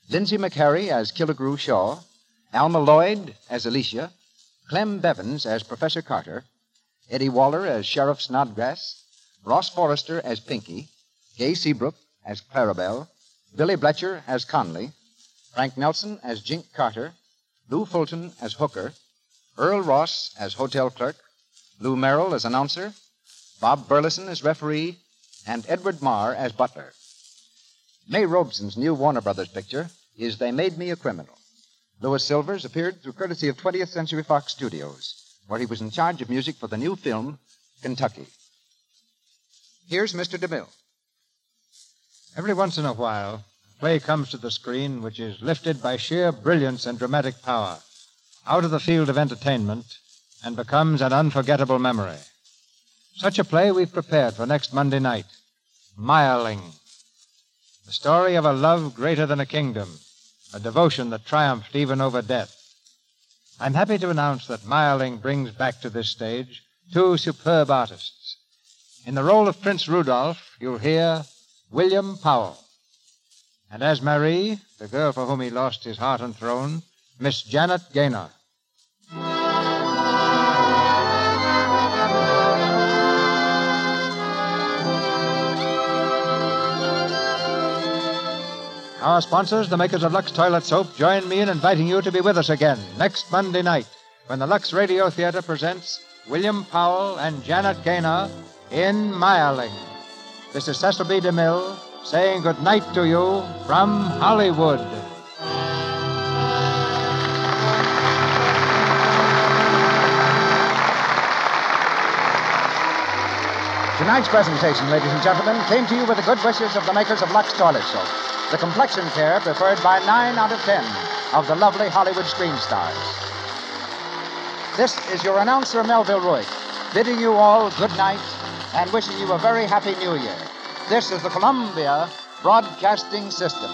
[SPEAKER 2] Lindsay McCary as Killigrew Shaw, Alma Lloyd as Alicia, Clem Bevins as Professor Carter, Eddie Waller as Sheriff Snodgrass, Ross Forrester as Pinky, Gay Seabrook as Clarabelle, Billy Bletcher as Conley, Frank Nelson as Jink Carter, Lou Fulton as Hooker, Earl Ross as hotel clerk, Lou Merrill as announcer, Bob Burleson as referee, and Edward Marr as butler. May Robeson's new Warner Brothers picture is They Made Me a Criminal. Louis Silvers appeared through courtesy of 20th Century Fox Studios, where he was in charge of music for the new film, Kentucky. Here's Mr. DeMille.
[SPEAKER 3] Every once in a while, a play comes to the screen which is lifted by sheer brilliance and dramatic power out of the field of entertainment and becomes an unforgettable memory. Such a play we've prepared for next Monday night Mireling. The story of a love greater than a kingdom, a devotion that triumphed even over death. I'm happy to announce that Mireling brings back to this stage two superb artists. In the role of Prince Rudolph, you'll hear William Powell. And as Marie, the girl for whom he lost his heart and throne, Miss Janet Gaynor. Our sponsors, the makers of Lux Toilet Soap, join me in inviting you to be with us again next Monday night when the Lux Radio Theater presents William Powell and Janet Gaynor in Mireling. This is Cecil B. DeMille saying good night to you from Hollywood.
[SPEAKER 2] Tonight's presentation, ladies and gentlemen, came to you with the good wishes of the makers of Lux Toilet Soap, the complexion care preferred by nine out of ten of the lovely Hollywood screen stars. This is your announcer, Melville Roy, bidding you all good night and wishing you a very happy new year. This is the Columbia Broadcasting System.